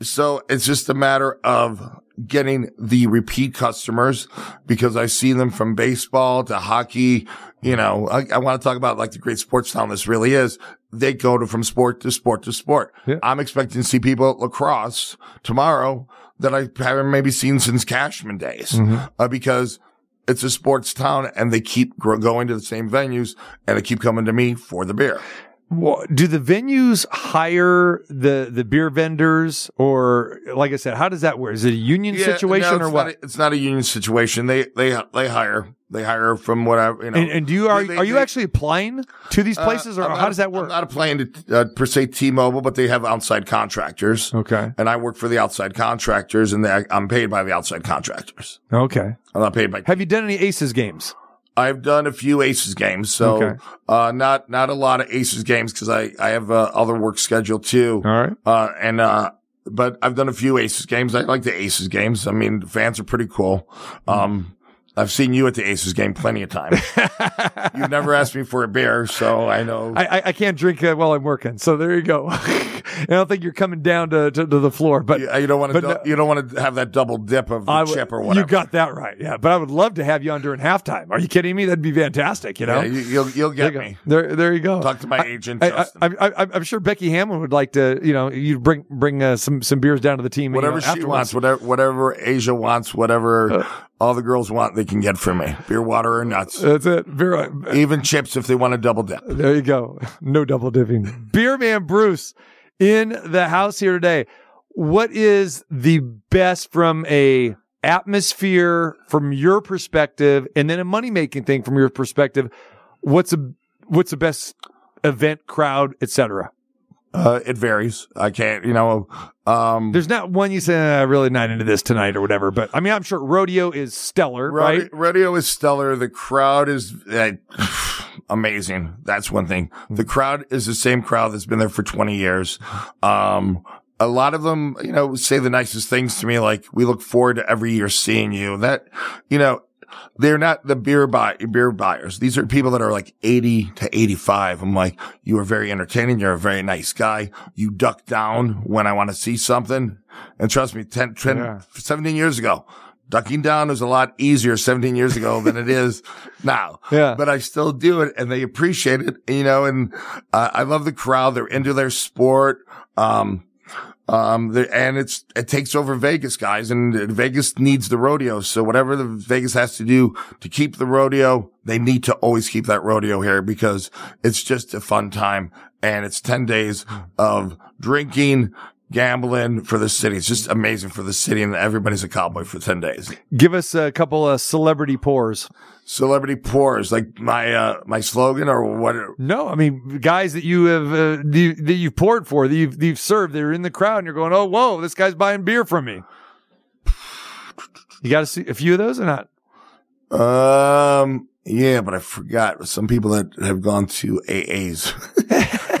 Speaker 9: so it's just a matter of getting the repeat customers because I see them from baseball to hockey. You know, I, I want to talk about like the great sports town this really is. They go to from sport to sport to sport.
Speaker 6: Yeah.
Speaker 9: I'm expecting to see people at lacrosse tomorrow that I haven't maybe seen since Cashman days uh, because it's a sports town and they keep gro- going to the same venues and they keep coming to me for the beer.
Speaker 6: Wha- Do the venues hire the the beer vendors, or like I said, how does that work? Is it a union
Speaker 9: Yeah,
Speaker 6: situation
Speaker 9: no,
Speaker 6: or
Speaker 9: it's
Speaker 6: what?
Speaker 9: Not a, it's not a union situation. They they they hire they hire from what I you know.
Speaker 6: and, and do you are
Speaker 9: They- they-
Speaker 6: are you
Speaker 9: they-
Speaker 6: actually applying to these
Speaker 9: uh,
Speaker 6: places, or
Speaker 9: I'm
Speaker 6: how
Speaker 9: not-
Speaker 6: does that work?
Speaker 9: I'm not applying to uh, per se T-Mobile, but they have outside contractors.
Speaker 6: okay.
Speaker 9: And I work for the outside contractors, and they, I'm paid by the outside contractors.
Speaker 6: Okay.
Speaker 9: I'm not paid by.
Speaker 6: Have you done any Aces games?
Speaker 9: I've done a few Aces games, so
Speaker 6: Okay.
Speaker 9: uh, not not a lot of Aces games because I I have uh, other work scheduled too.
Speaker 6: All right.
Speaker 9: Uh, and uh, but I've done a few Aces games. I like the Aces games. I mean, the fans are pretty cool.
Speaker 6: Hmm.
Speaker 9: Um, I've seen you at the Aces game plenty of times. You've never asked me for a beer, so I know.
Speaker 6: I, I, I can't drink uh, while I'm working, so there you go. I don't think you're coming down to, to, to the floor, but
Speaker 9: you, you don't want to.
Speaker 6: but
Speaker 9: Du-
Speaker 6: no-
Speaker 9: you don't want to have that double dip of the
Speaker 6: I would-
Speaker 9: chip or whatever.
Speaker 6: You got that right. Yeah, but I would love to have you on during halftime. Are you kidding me? That'd be fantastic. You know.
Speaker 9: Yeah, you, you'll you'll
Speaker 6: there,
Speaker 9: get
Speaker 6: you go.
Speaker 9: me.
Speaker 6: there, there you go.
Speaker 9: Talk to my agent,
Speaker 6: I, I,
Speaker 9: Justin.
Speaker 6: I, I, I'm sure Becky Hamlin would like to, you know, you bring bring uh, some some beers down to the team.
Speaker 9: whatever
Speaker 6: you know,
Speaker 9: she
Speaker 6: afterwards. Uh.
Speaker 9: wants, whatever whatever Asia wants, whatever all the girls want, they can get from me. Beer, water, or nuts.
Speaker 6: That's it. Vera,
Speaker 9: Even chips if they want to double dip.
Speaker 6: There you go. No double dipping. Beer man Bruce in the house here today. What is the best from a atmosphere from your perspective and then a money making thing from your perspective? What's a what's the best event crowd, etc.
Speaker 9: Uh, it varies. I can't, you know. Um,
Speaker 6: There's not one you say "Ah, really not into this tonight or whatever, but I mean I'm sure rodeo is stellar,
Speaker 9: Rode-
Speaker 6: right?
Speaker 9: Rodeo is stellar. The crowd is uh, amazing. That's one thing. The crowd is the same crowd that's been there for 20 years. Um, a lot of them, you know, say the nicest things to me, like, we look forward to every year seeing you. That, you know, they're not the beer buy, beer buyers. These are people that are like 80 to 85. I'm like, you are very entertaining. You're a very nice guy. You duck down when I want to see something. And trust me, 10, 10
Speaker 6: Yeah.
Speaker 9: 17 years ago, ducking down was a lot easier 17 years ago than it is now.
Speaker 6: Yeah.
Speaker 9: But I still do it and they appreciate it, you know, and uh, I love the crowd. They're into their sport. Um, um, the- and it's, it takes over Vegas guys and Vegas needs the rodeo. So whatever the Vegas has to do to keep the rodeo, they need to always keep that rodeo here because it's just a fun time and it's 10 days of drinking, gambling for the city. It's just amazing for the city and everybody's a cowboy for 10 days.
Speaker 6: Give us a couple of celebrity pours.
Speaker 9: Celebrity pours like my, uh, my slogan or what?
Speaker 6: No, I mean guys that you have uh, that you- that you've poured for, that you've, that you've served, they're in the crowd, and you're going, "Oh, whoa, this guy's buying beer from me." You got to see a few of those or not?
Speaker 9: Um, yeah, but I forgot some people that have gone to AAs.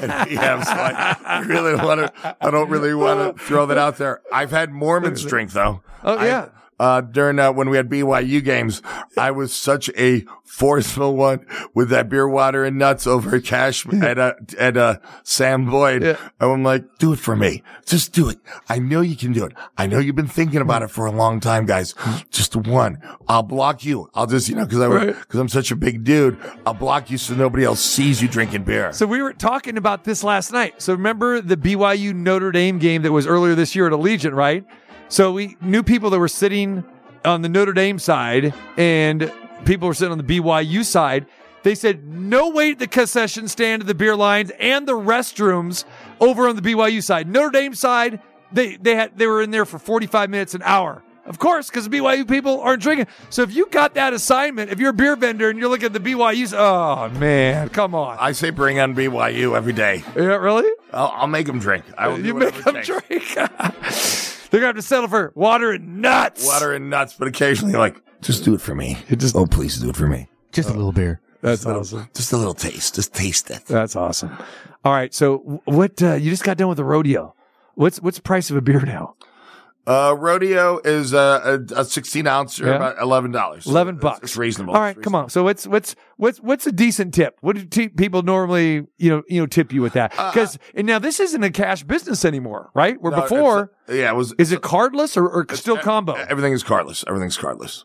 Speaker 9: and PMs, so I I really want to, I don't really want to throw that out there. I've had Mormons drink though.
Speaker 6: Oh,
Speaker 9: I-
Speaker 6: yeah.
Speaker 9: uh, during uh, when we had BYU games, I was such a forceful one with that beer, water, and nuts over at Cash at uh, at uh, Sam Boyd.
Speaker 6: Yeah.
Speaker 9: And I'm like, do it for me, just do it. I know you can do it. I know you've been thinking about it for a long time, guys. Just one. I'll block you. I'll just you know because I
Speaker 6: Right.
Speaker 9: because I'm such a big dude. I'll block you so nobody else sees you drinking beer.
Speaker 6: So we were talking about this last night. So remember the BYU Notre Dame game that was earlier this year at Allegiant, right? So we knew people that were sitting on the Notre Dame side and people were sitting on the BYU side. They said no wait at the concession stand at the beer lines and the restrooms over on the BYU side. Notre Dame side, they they had they were in there for 45 minutes an hour. Of course, because BYU people aren't drinking. So if you got that assignment, if you're a beer vendor and you're looking at the BYU's, oh man, come on.
Speaker 9: I say bring on BYU every day.
Speaker 6: Yeah, really?
Speaker 9: I'll, I'll make them drink. I will
Speaker 6: You
Speaker 9: do
Speaker 6: make
Speaker 9: whatever it
Speaker 6: them
Speaker 9: takes.
Speaker 6: drink. They're gonna have to settle for water and nuts.
Speaker 9: water and nuts, but occasionally like, just do it for me.
Speaker 6: just-
Speaker 9: oh, please do it for me.
Speaker 7: Just a little beer.
Speaker 6: That's
Speaker 9: Just a
Speaker 6: awesome.
Speaker 9: Little, just a little taste. Just taste it.
Speaker 6: That's awesome. All right. So wh- what? Uh, you just got done with the rodeo. What's what's the price of a beer now?
Speaker 9: Uh, rodeo is uh, a, a 16 ounce or
Speaker 6: Yeah.
Speaker 9: about $11.
Speaker 6: Eleven
Speaker 9: It's-
Speaker 6: bucks.
Speaker 9: It's reasonable.
Speaker 6: All right, come on. So what's what's what's what's a decent tip? What do t- people normally you know you know tip you with that?
Speaker 9: Uh,
Speaker 6: Because and now this isn't a cash business anymore, right? Where before
Speaker 9: yeah, it was.
Speaker 6: is it cardless or, or still combo?
Speaker 9: Oh. Everything is cardless. Everything's cardless.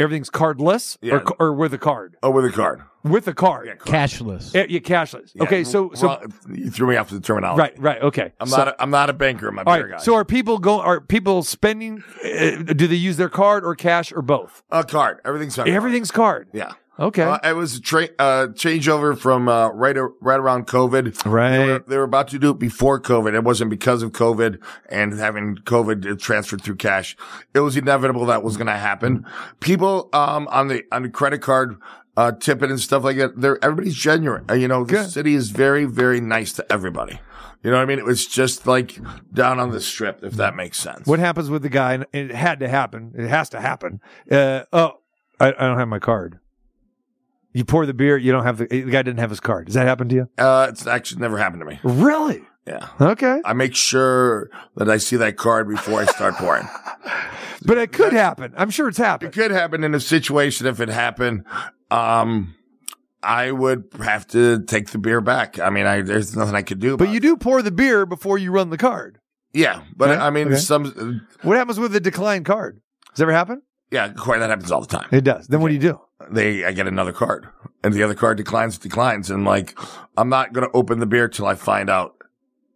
Speaker 6: Everything's cardless
Speaker 9: Yeah.
Speaker 6: or ca- or with a card
Speaker 9: Oh, with a card.
Speaker 6: with a card.
Speaker 9: Yeah, card.
Speaker 7: Cashless.
Speaker 6: Yeah, yeah, cashless.
Speaker 9: Yeah,
Speaker 6: okay, so so
Speaker 9: wrong- you threw me off the terminology.
Speaker 6: right, right. Okay,
Speaker 9: I'm
Speaker 6: So-
Speaker 9: not. A, I'm not a banker. I'm a
Speaker 6: all
Speaker 9: beer
Speaker 6: right.
Speaker 9: guy.
Speaker 6: So are people go? Are people spending? Uh, do they use their card or cash or both?
Speaker 9: a card. Everything's on card.
Speaker 6: Everything's card.
Speaker 9: Yeah.
Speaker 6: Okay.
Speaker 9: Uh, it was a tra- uh, changeover from uh, right a- right around COVID.
Speaker 6: Right.
Speaker 9: They were, they were about to do it before COVID. It wasn't because of COVID and having COVID transferred through cash. It was inevitable that was going to happen. People um, on the on the credit card. Uh, tipping and stuff like that. They're, everybody's genuine. Uh, you know, the
Speaker 6: Good.
Speaker 9: city is very, very nice to everybody. You know what I mean? It was just like down on the strip, if that makes sense.
Speaker 6: what happens with the guy? And it had to happen. It has to happen. Uh, oh, I, I don't have my card. You pour the beer. You don't have the, the guy didn't have his card. Does that happen to you?
Speaker 9: Uh, it's actually never happened to me.
Speaker 6: Really?
Speaker 9: Yeah.
Speaker 6: Okay.
Speaker 9: I make sure that I see that card before I start pouring.
Speaker 6: But it could happen. I'm sure it's
Speaker 9: it
Speaker 6: happened.
Speaker 9: could happen in a situation if it happened. Um, I would have to take the beer back. I mean, I, there's nothing I could do.
Speaker 6: But
Speaker 9: about
Speaker 6: you
Speaker 9: it.
Speaker 6: do pour the beer before you run the card.
Speaker 9: yeah. But I mean,
Speaker 6: Okay.
Speaker 9: some,
Speaker 6: What happens with the declined card? Does that ever happen?
Speaker 9: yeah, quite that happens all the time.
Speaker 6: It does. Then what do you do?
Speaker 9: They, I get another card, and the other card declines, declines, and like, I'm not gonna open the beer till I find out.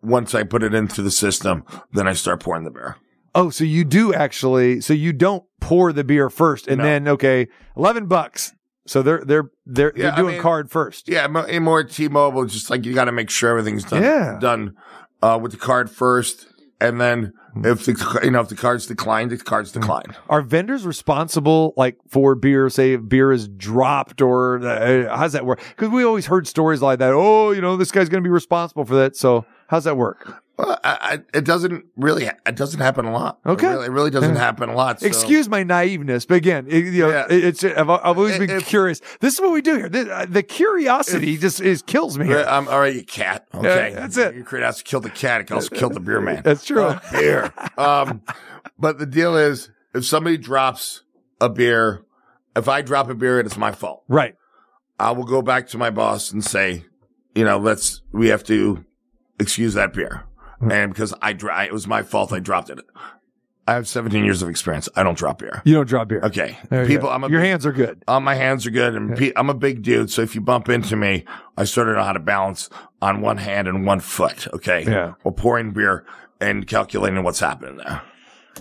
Speaker 9: Once I put it into the system, then I start pouring the beer.
Speaker 6: Oh, so you do actually. So you don't pour the beer first, and
Speaker 9: No.
Speaker 6: then okay, eleven bucks. So they're they're they're
Speaker 9: Yeah,
Speaker 6: they're
Speaker 9: I
Speaker 6: doing
Speaker 9: mean-
Speaker 6: card first.
Speaker 9: Yeah, mo- and more T-Mobile. Just like you got to make sure everything's done.
Speaker 6: Yeah.
Speaker 9: done uh, with the card first, and then
Speaker 6: Mm.
Speaker 9: if the you know if the card's declined, the card's declined.
Speaker 6: Are vendors responsible like for beer? Say if beer is dropped or uh, how's that work? Because we always heard stories like that. Oh, you know this guy's going to be responsible for that. So how's that work?
Speaker 9: Well, I, I, it doesn't really. It doesn't happen a lot.
Speaker 6: Okay.
Speaker 9: it really, it really doesn't happen a lot. so-
Speaker 6: Excuse my naiveness, but again, it, you know,
Speaker 9: Yeah.
Speaker 6: it- it's I've, I've always been
Speaker 9: If-
Speaker 6: curious. This is what we do here. The, uh, the curiosity just is kills me.
Speaker 9: Yeah,
Speaker 6: Here.
Speaker 9: I'm um, all right. You cat. Okay,
Speaker 6: that's it.
Speaker 9: Your crit has to kill the cat. It can also kill the beer man. Oh,
Speaker 6: That's true.
Speaker 9: beer. Um, but the deal is, if somebody drops a beer, if I drop a beer, it's my fault.
Speaker 6: right.
Speaker 9: I will go back to my boss and say, you know, let's, we have to excuse that beer.
Speaker 6: Hmm.
Speaker 9: And because I, dr- I- it was my fault. I dropped it. I have 17 years of experience. I don't drop beer.
Speaker 6: You don't drop beer.
Speaker 9: Okay.
Speaker 6: There you
Speaker 9: People,
Speaker 6: go.
Speaker 9: I'm a,
Speaker 6: your hands are good.
Speaker 9: uh, my hands are good and pe- I'm a big dude. So if you bump into me, I sort of know how to balance on one hand and one foot. Okay.
Speaker 6: Yeah.
Speaker 9: While pouring beer and calculating what's happening there.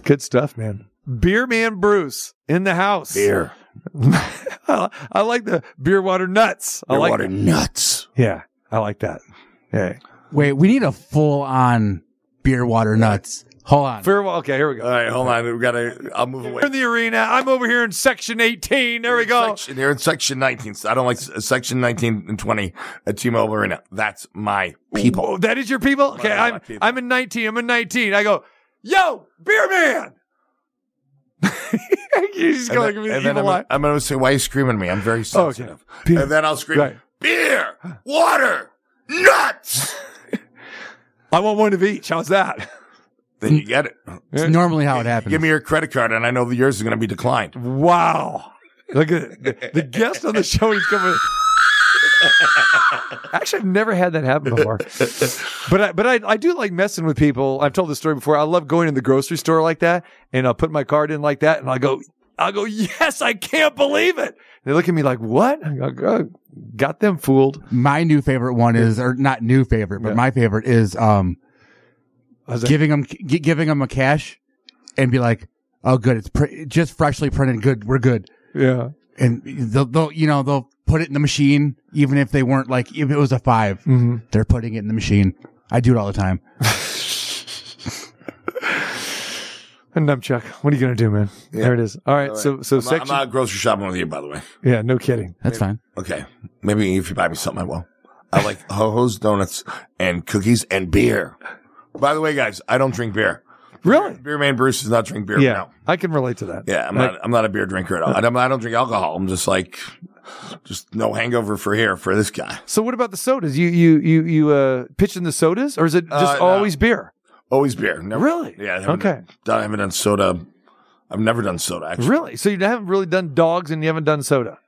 Speaker 6: Good stuff, man. Beer man Bruce in the house.
Speaker 9: Beer.
Speaker 6: I, I like the beer water nuts. I
Speaker 9: Beer
Speaker 6: like
Speaker 9: water nuts.
Speaker 6: Yeah, I like that. Yeah.
Speaker 7: Wait, we need a full on beer water nuts. Hold on.
Speaker 6: Fair well. Okay, here we go.
Speaker 9: All right. Hold on. We gotta, I'll move away.
Speaker 6: We're in the arena. I'm over here in section 18. There we go.
Speaker 9: Section, they're in section 19. So I don't like s- section 19 and 20 at T-Mobile Arena. That's my people.
Speaker 6: Oh, that is your people? Okay,
Speaker 9: Right, my
Speaker 6: I'm
Speaker 9: people.
Speaker 6: I'm in 19. I'm in 19. I go, yo, beer man. you just go like an
Speaker 9: and then I'm,
Speaker 6: evil
Speaker 9: uh,
Speaker 6: eye.
Speaker 9: gonna- I'm going to say, why are you screaming at me? I'm very sensitive.
Speaker 6: Beer.
Speaker 9: And then I'll scream,
Speaker 6: Right.
Speaker 9: beer, water, nuts.
Speaker 6: I want one of each. How's that?
Speaker 9: then you get it.
Speaker 7: It's normally how it happens.
Speaker 9: Give me your credit card and I know that yours is going to be declined.
Speaker 6: Wow. Look at it. The- the guest on the show. He's coming. Actually, I've never had that happen before. But I, but I, I do like messing with people. I've told this story before. I love going to the grocery store like that, and I'll put my card in like that, and I go, I go, yes, I can't believe it. They look at me like, what? I go, "Oh, got them fooled.
Speaker 7: my new favorite one is, or not new favorite, but
Speaker 6: Yeah.
Speaker 7: my favorite is um
Speaker 6: I was like,
Speaker 7: giving them g- giving them a cash and be like, oh, good, it's pr- just freshly printed, good, we're good,
Speaker 6: yeah,
Speaker 7: and they'll, they'll you know they'll put it in the machine even if they weren't like if it was a 5
Speaker 6: Mm. mm-hmm."
Speaker 7: they're putting it in the machine. I do it all the time.
Speaker 6: and Chuck, what are you gonna do, man? There it is. All right, so so
Speaker 9: I'm, not- I'm
Speaker 6: section,
Speaker 9: not grocery shopping with you, by the way.
Speaker 6: yeah, no kidding.
Speaker 7: That's fine.
Speaker 9: Okay. Maybe if you buy me something, I will. I like ho-ho's donuts and cookies and beer. By the way, guys, I don't drink beer.
Speaker 6: Really?
Speaker 9: Beer man Bruce does not drink beer.
Speaker 6: Yeah,
Speaker 9: No.
Speaker 6: I can relate to that.
Speaker 9: Yeah, I'm
Speaker 6: Like-
Speaker 9: not. I'm not a beer drinker at all. I don't, I don't drink alcohol. I'm just like, just no hangover for here for this guy.
Speaker 6: So what about the sodas? You you you you uh pitching the sodas or is it just
Speaker 9: Uh, no.
Speaker 6: always beer?
Speaker 9: Always beer. Never,
Speaker 6: Really?
Speaker 9: Yeah. I haven't
Speaker 6: Okay.
Speaker 9: Done, I haven't done soda. I've never done soda. Actually,
Speaker 6: Really? So you haven't really done dogs and you haven't done soda.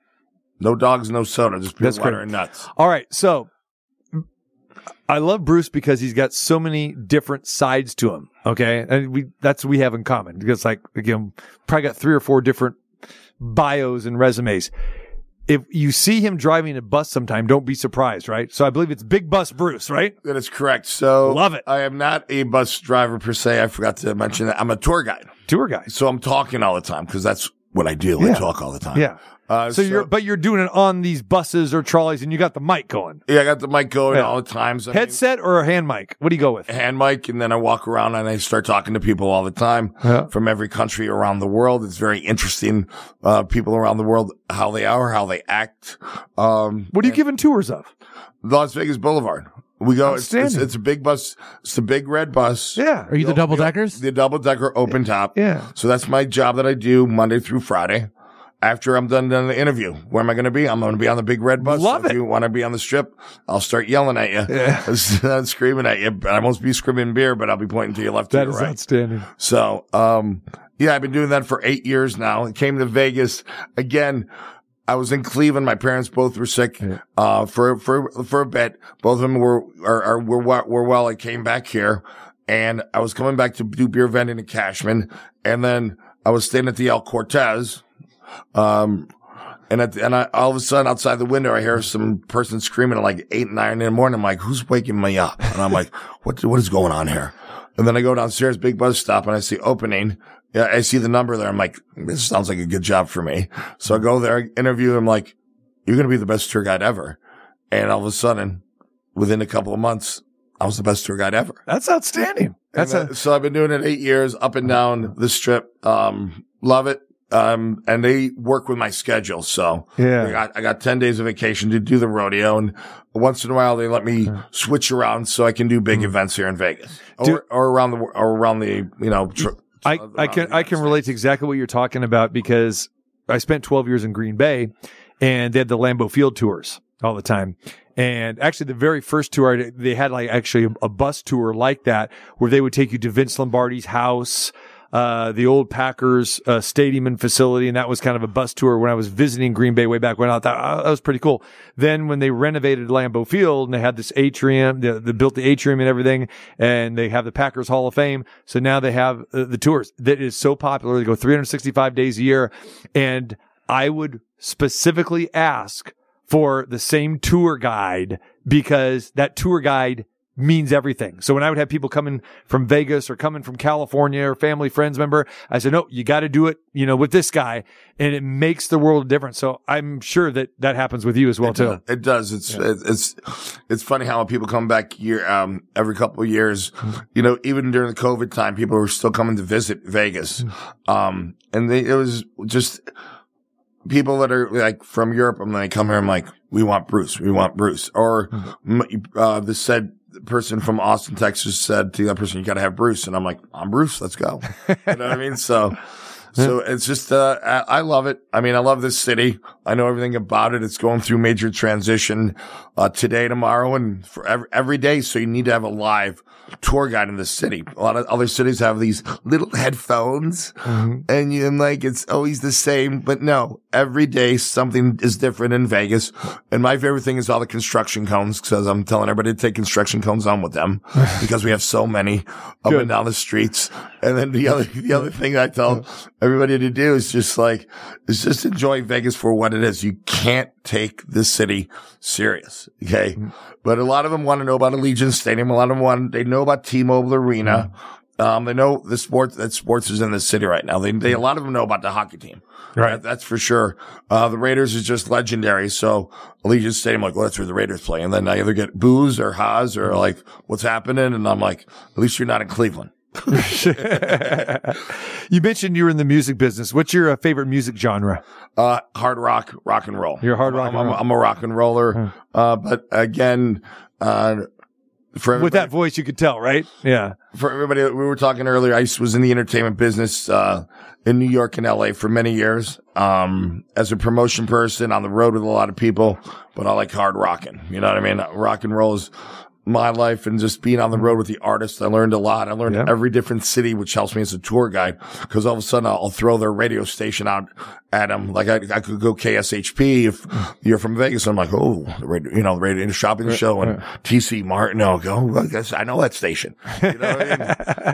Speaker 9: no dogs, no soda. Just beer,
Speaker 6: That's
Speaker 9: water,
Speaker 6: great.
Speaker 9: and nuts.
Speaker 6: All right. So I love Bruce because he's got so many different sides to him. Okay. And we that's what we have in common because like again, probably got three or four different bios and resumes. If you see him driving a bus sometime, don't be surprised, right? So I believe it's Big Bus Bruce, right?
Speaker 9: That is correct. So
Speaker 6: Love it.
Speaker 9: I am not a bus driver per se. I forgot to mention that I'm a tour guide.
Speaker 6: Tour guys.
Speaker 9: So I'm talking all the time because that's what I do.
Speaker 6: Yeah.
Speaker 9: I talk all the time.
Speaker 6: Yeah.
Speaker 9: Uh,
Speaker 6: So you're but you're doing it on these buses or trolleys and you got the mic going.
Speaker 9: yeah, I got the mic going
Speaker 6: Yeah.
Speaker 9: all the time. So I mean-
Speaker 6: headset or a hand mic? What do you go with?
Speaker 9: hand mic and then I walk around and I start talking to people all the time
Speaker 6: Yeah.
Speaker 9: from every country around the world. It's very interesting. Uh, people around the world, how they are, how they act. Um,
Speaker 6: What are you giving tours of?
Speaker 9: Las Vegas Boulevard. We go, it's, it's,
Speaker 6: Outstanding.
Speaker 9: it's a big bus. It's a big red bus.
Speaker 6: Yeah.
Speaker 7: Are you the double deckers?
Speaker 9: The double decker open top.
Speaker 6: Yeah.
Speaker 9: So that's my job that I do Monday through Friday. after I'm done done the interview. Where am I going to be? I'm going to be on the big red bus.
Speaker 6: Love
Speaker 9: if
Speaker 6: it.
Speaker 9: you want to be on the strip, I'll start yelling at you, yeah. screaming at you. I won't be screaming beer, but I'll be pointing to your left.
Speaker 6: That
Speaker 9: to
Speaker 6: is
Speaker 9: your right.
Speaker 6: outstanding.
Speaker 9: So, um, yeah, I've been doing that for eight years now. It came to Vegas again. I was in Cleveland. My parents both were sick, uh, for, for, for a bit. Both of them were, are, are, were, we- were well. I came back here and I was coming back to do beer vending in Cashman. And then I was staying at the El Cortez. Um, and at the, and I, all of a sudden outside the window, I hear some person screaming at like eight, nine in the morning. I'm like, who's waking me up? And I'm like, what, what is going on here? And then I go downstairs, big bus stop, and I see opening. Yeah, I see the number there. I'm like, this sounds like a good job for me. So I go there, interview him like, you're going to be the best tour guide ever. And all of a sudden, within a couple of months, I was the best tour guide ever.
Speaker 6: That's outstanding.
Speaker 9: And
Speaker 6: That's a,
Speaker 9: that- so I've been doing it eight years, up and down the strip. Um, love it. Um, and they work with my schedule. So
Speaker 6: Yeah.
Speaker 9: I got, I got 10 days of vacation to do the rodeo. And once in a while, they let me switch around so I can do big events here in Vegas or,
Speaker 6: Hmm. Do-
Speaker 9: or around the, or around the, you know, tr-
Speaker 6: I,
Speaker 9: around
Speaker 6: I can
Speaker 9: the
Speaker 6: I can
Speaker 9: United
Speaker 6: relate to exactly what you're talking about because I spent 12 years in Green Bay and they had the Lambeau Field tours all the time. And actually, the very first tour I did, they had like actually a, a bus tour like that where they would take you to Vince Lombardi's house, uh, the old Packers uh, stadium and facility, and that was kind of a bus tour when I was visiting Green Bay way back when. I thought oh, that was pretty cool. Then when they renovated Lambeau Field and they had this atrium, they, they built the atrium and everything, and they have the Packers Hall of Fame. So now they have uh, the tours that is so popular. They go 365 days a year, and I would specifically ask for the same tour guide because that tour guide means everything. So when I would have people coming from Vegas or coming from California or family friends member, I said, no, you got to do it, you know, with this guy. And it makes the world different. So I'm sure that that happens with you as well, too.
Speaker 9: It does. It's it- it's it's funny how people come back year um every couple of years. You know, even during the COVID time, people were still coming to visit Vegas.
Speaker 6: Hmm.
Speaker 9: Um, and they, it was just people that are like from Europe. I'm like, come here. I'm like, we want Bruce. We want Bruce. Or
Speaker 6: Hmm.
Speaker 9: m- uh, the said person from Austin, Texas, said to the other person, you got to have Bruce. And I'm like, I'm Bruce. Let's go. you know what I mean? So. So it's just, uh, I, I love it. I mean, I love this city. I know everything about it. It's going through major transition, uh, today, tomorrow, and for every, every day. So you need to have a live tour guide in the city. A lot of other cities have these little headphones and you, and like, it's always the same, but no, every day something is different in Vegas. And my favorite thing is all the construction cones because I'm telling everybody to take construction cones on with them because we have so many up
Speaker 6: Good.
Speaker 9: and down the streets. And then the other, the other thing I tell everybody to do is just like, is just enjoy Vegas for what it is. You can't take this city serious. Okay. But a lot of them want to know about Allegiant Stadium. A lot of them want, they know about T-Mobile Arena. Um, they know the sports that sports is in the city right now. They, they, a lot of them know about the hockey team.
Speaker 6: Right.
Speaker 9: That- that's for sure. Uh, the Raiders is just legendary. So Allegiant Stadium, like, well, that's where the Raiders play. And then I either get booze or ha's or like, what's happening? And I'm like, at least you're not in Cleveland.
Speaker 6: you mentioned you were in the music business. What's your uh, favorite music genre?
Speaker 9: Uh, hard rock, rock and roll.
Speaker 6: You're a hard rock
Speaker 9: I'm,
Speaker 6: and
Speaker 9: I'm-
Speaker 6: roll.
Speaker 9: I'm a rock and roller. Uh, but again, uh, for
Speaker 6: With
Speaker 9: everybody,
Speaker 6: that voice, you could tell, right? Yeah.
Speaker 9: for everybody, that we were talking earlier. I was in the entertainment business, uh, in New York and LA for many years. Um, as a promotion person on the road with a lot of people, but I like hard rocking. You know what I mean? Rock and roll is my life and just being on the road with the artists. I learned a lot. I learned
Speaker 6: Yeah.
Speaker 9: every different city, which helps me as a tour guide because all of a sudden I'll, I'll throw their radio station out at them. Like I, I could go KSHP if you're from Vegas. I'm like, oh, the radio, you know, the radio shopping show and TC Martin. I'll go, "Look, that's- I know that station. You know what I mean?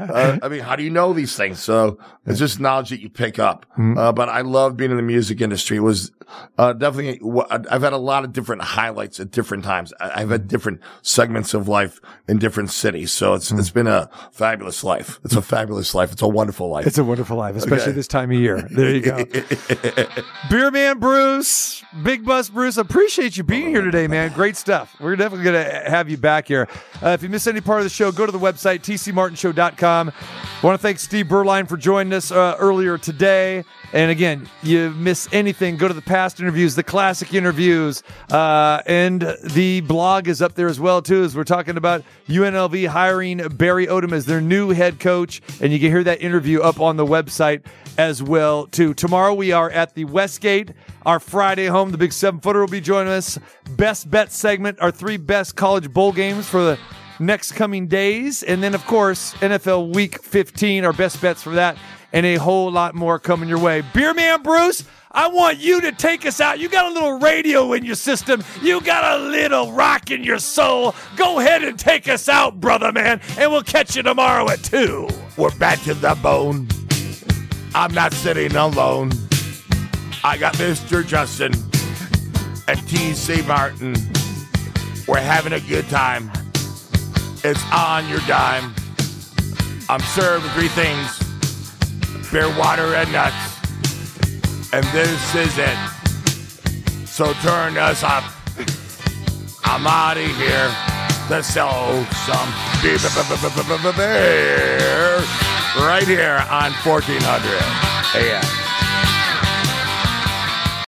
Speaker 9: uh, I mean, how do you know these things? So it's just knowledge that you pick up. Uh, but I love being in the music industry. It was uh, definitely, wha- I've had a lot of different highlights at different times. I- I've had different segments of life in different cities. So it's it's been a fabulous life. It's a fabulous life. It's a wonderful life.
Speaker 6: It's a wonderful life, especially
Speaker 9: Okay.
Speaker 6: this time of year. There you go. Beer Man Bruce, Big Bus Bruce, appreciate you being here today, man. Great stuff. We're definitely going to have you back here. Uh, if you missed any part of the show, go to the website, tcmartinshow.com. want to thank Steve Berline for joining us uh, earlier today. And again, you miss anything, go to the past interviews, the classic interviews, uh, and the blog is up there as well, too, as we're talking about UNLV hiring Barry Odom as their new head coach, and you can hear that interview up on the website as well too. Tomorrow we are at the Westgate, our Friday home. The Big Seven Footer will be joining us. Best bet segment, our three best college bowl games for the next coming days, and then of course NFL Week 15, our best bets for that, and a whole lot more coming your way. Beer man Bruce. I want you to take us out. You got a little radio in your system. You got a little rock in your soul. Go ahead and take us out, brother man, and we'll catch you tomorrow at 2.
Speaker 9: We're back to the bone. I'm not sitting alone. I got Mr. Justin and T.C. Martin. We're having a good time. It's on your dime. I'm served with three things beer, water, and nuts. And this is it. So turn us up. I'm out of here. Let's sell some beer right here on 1400 AM.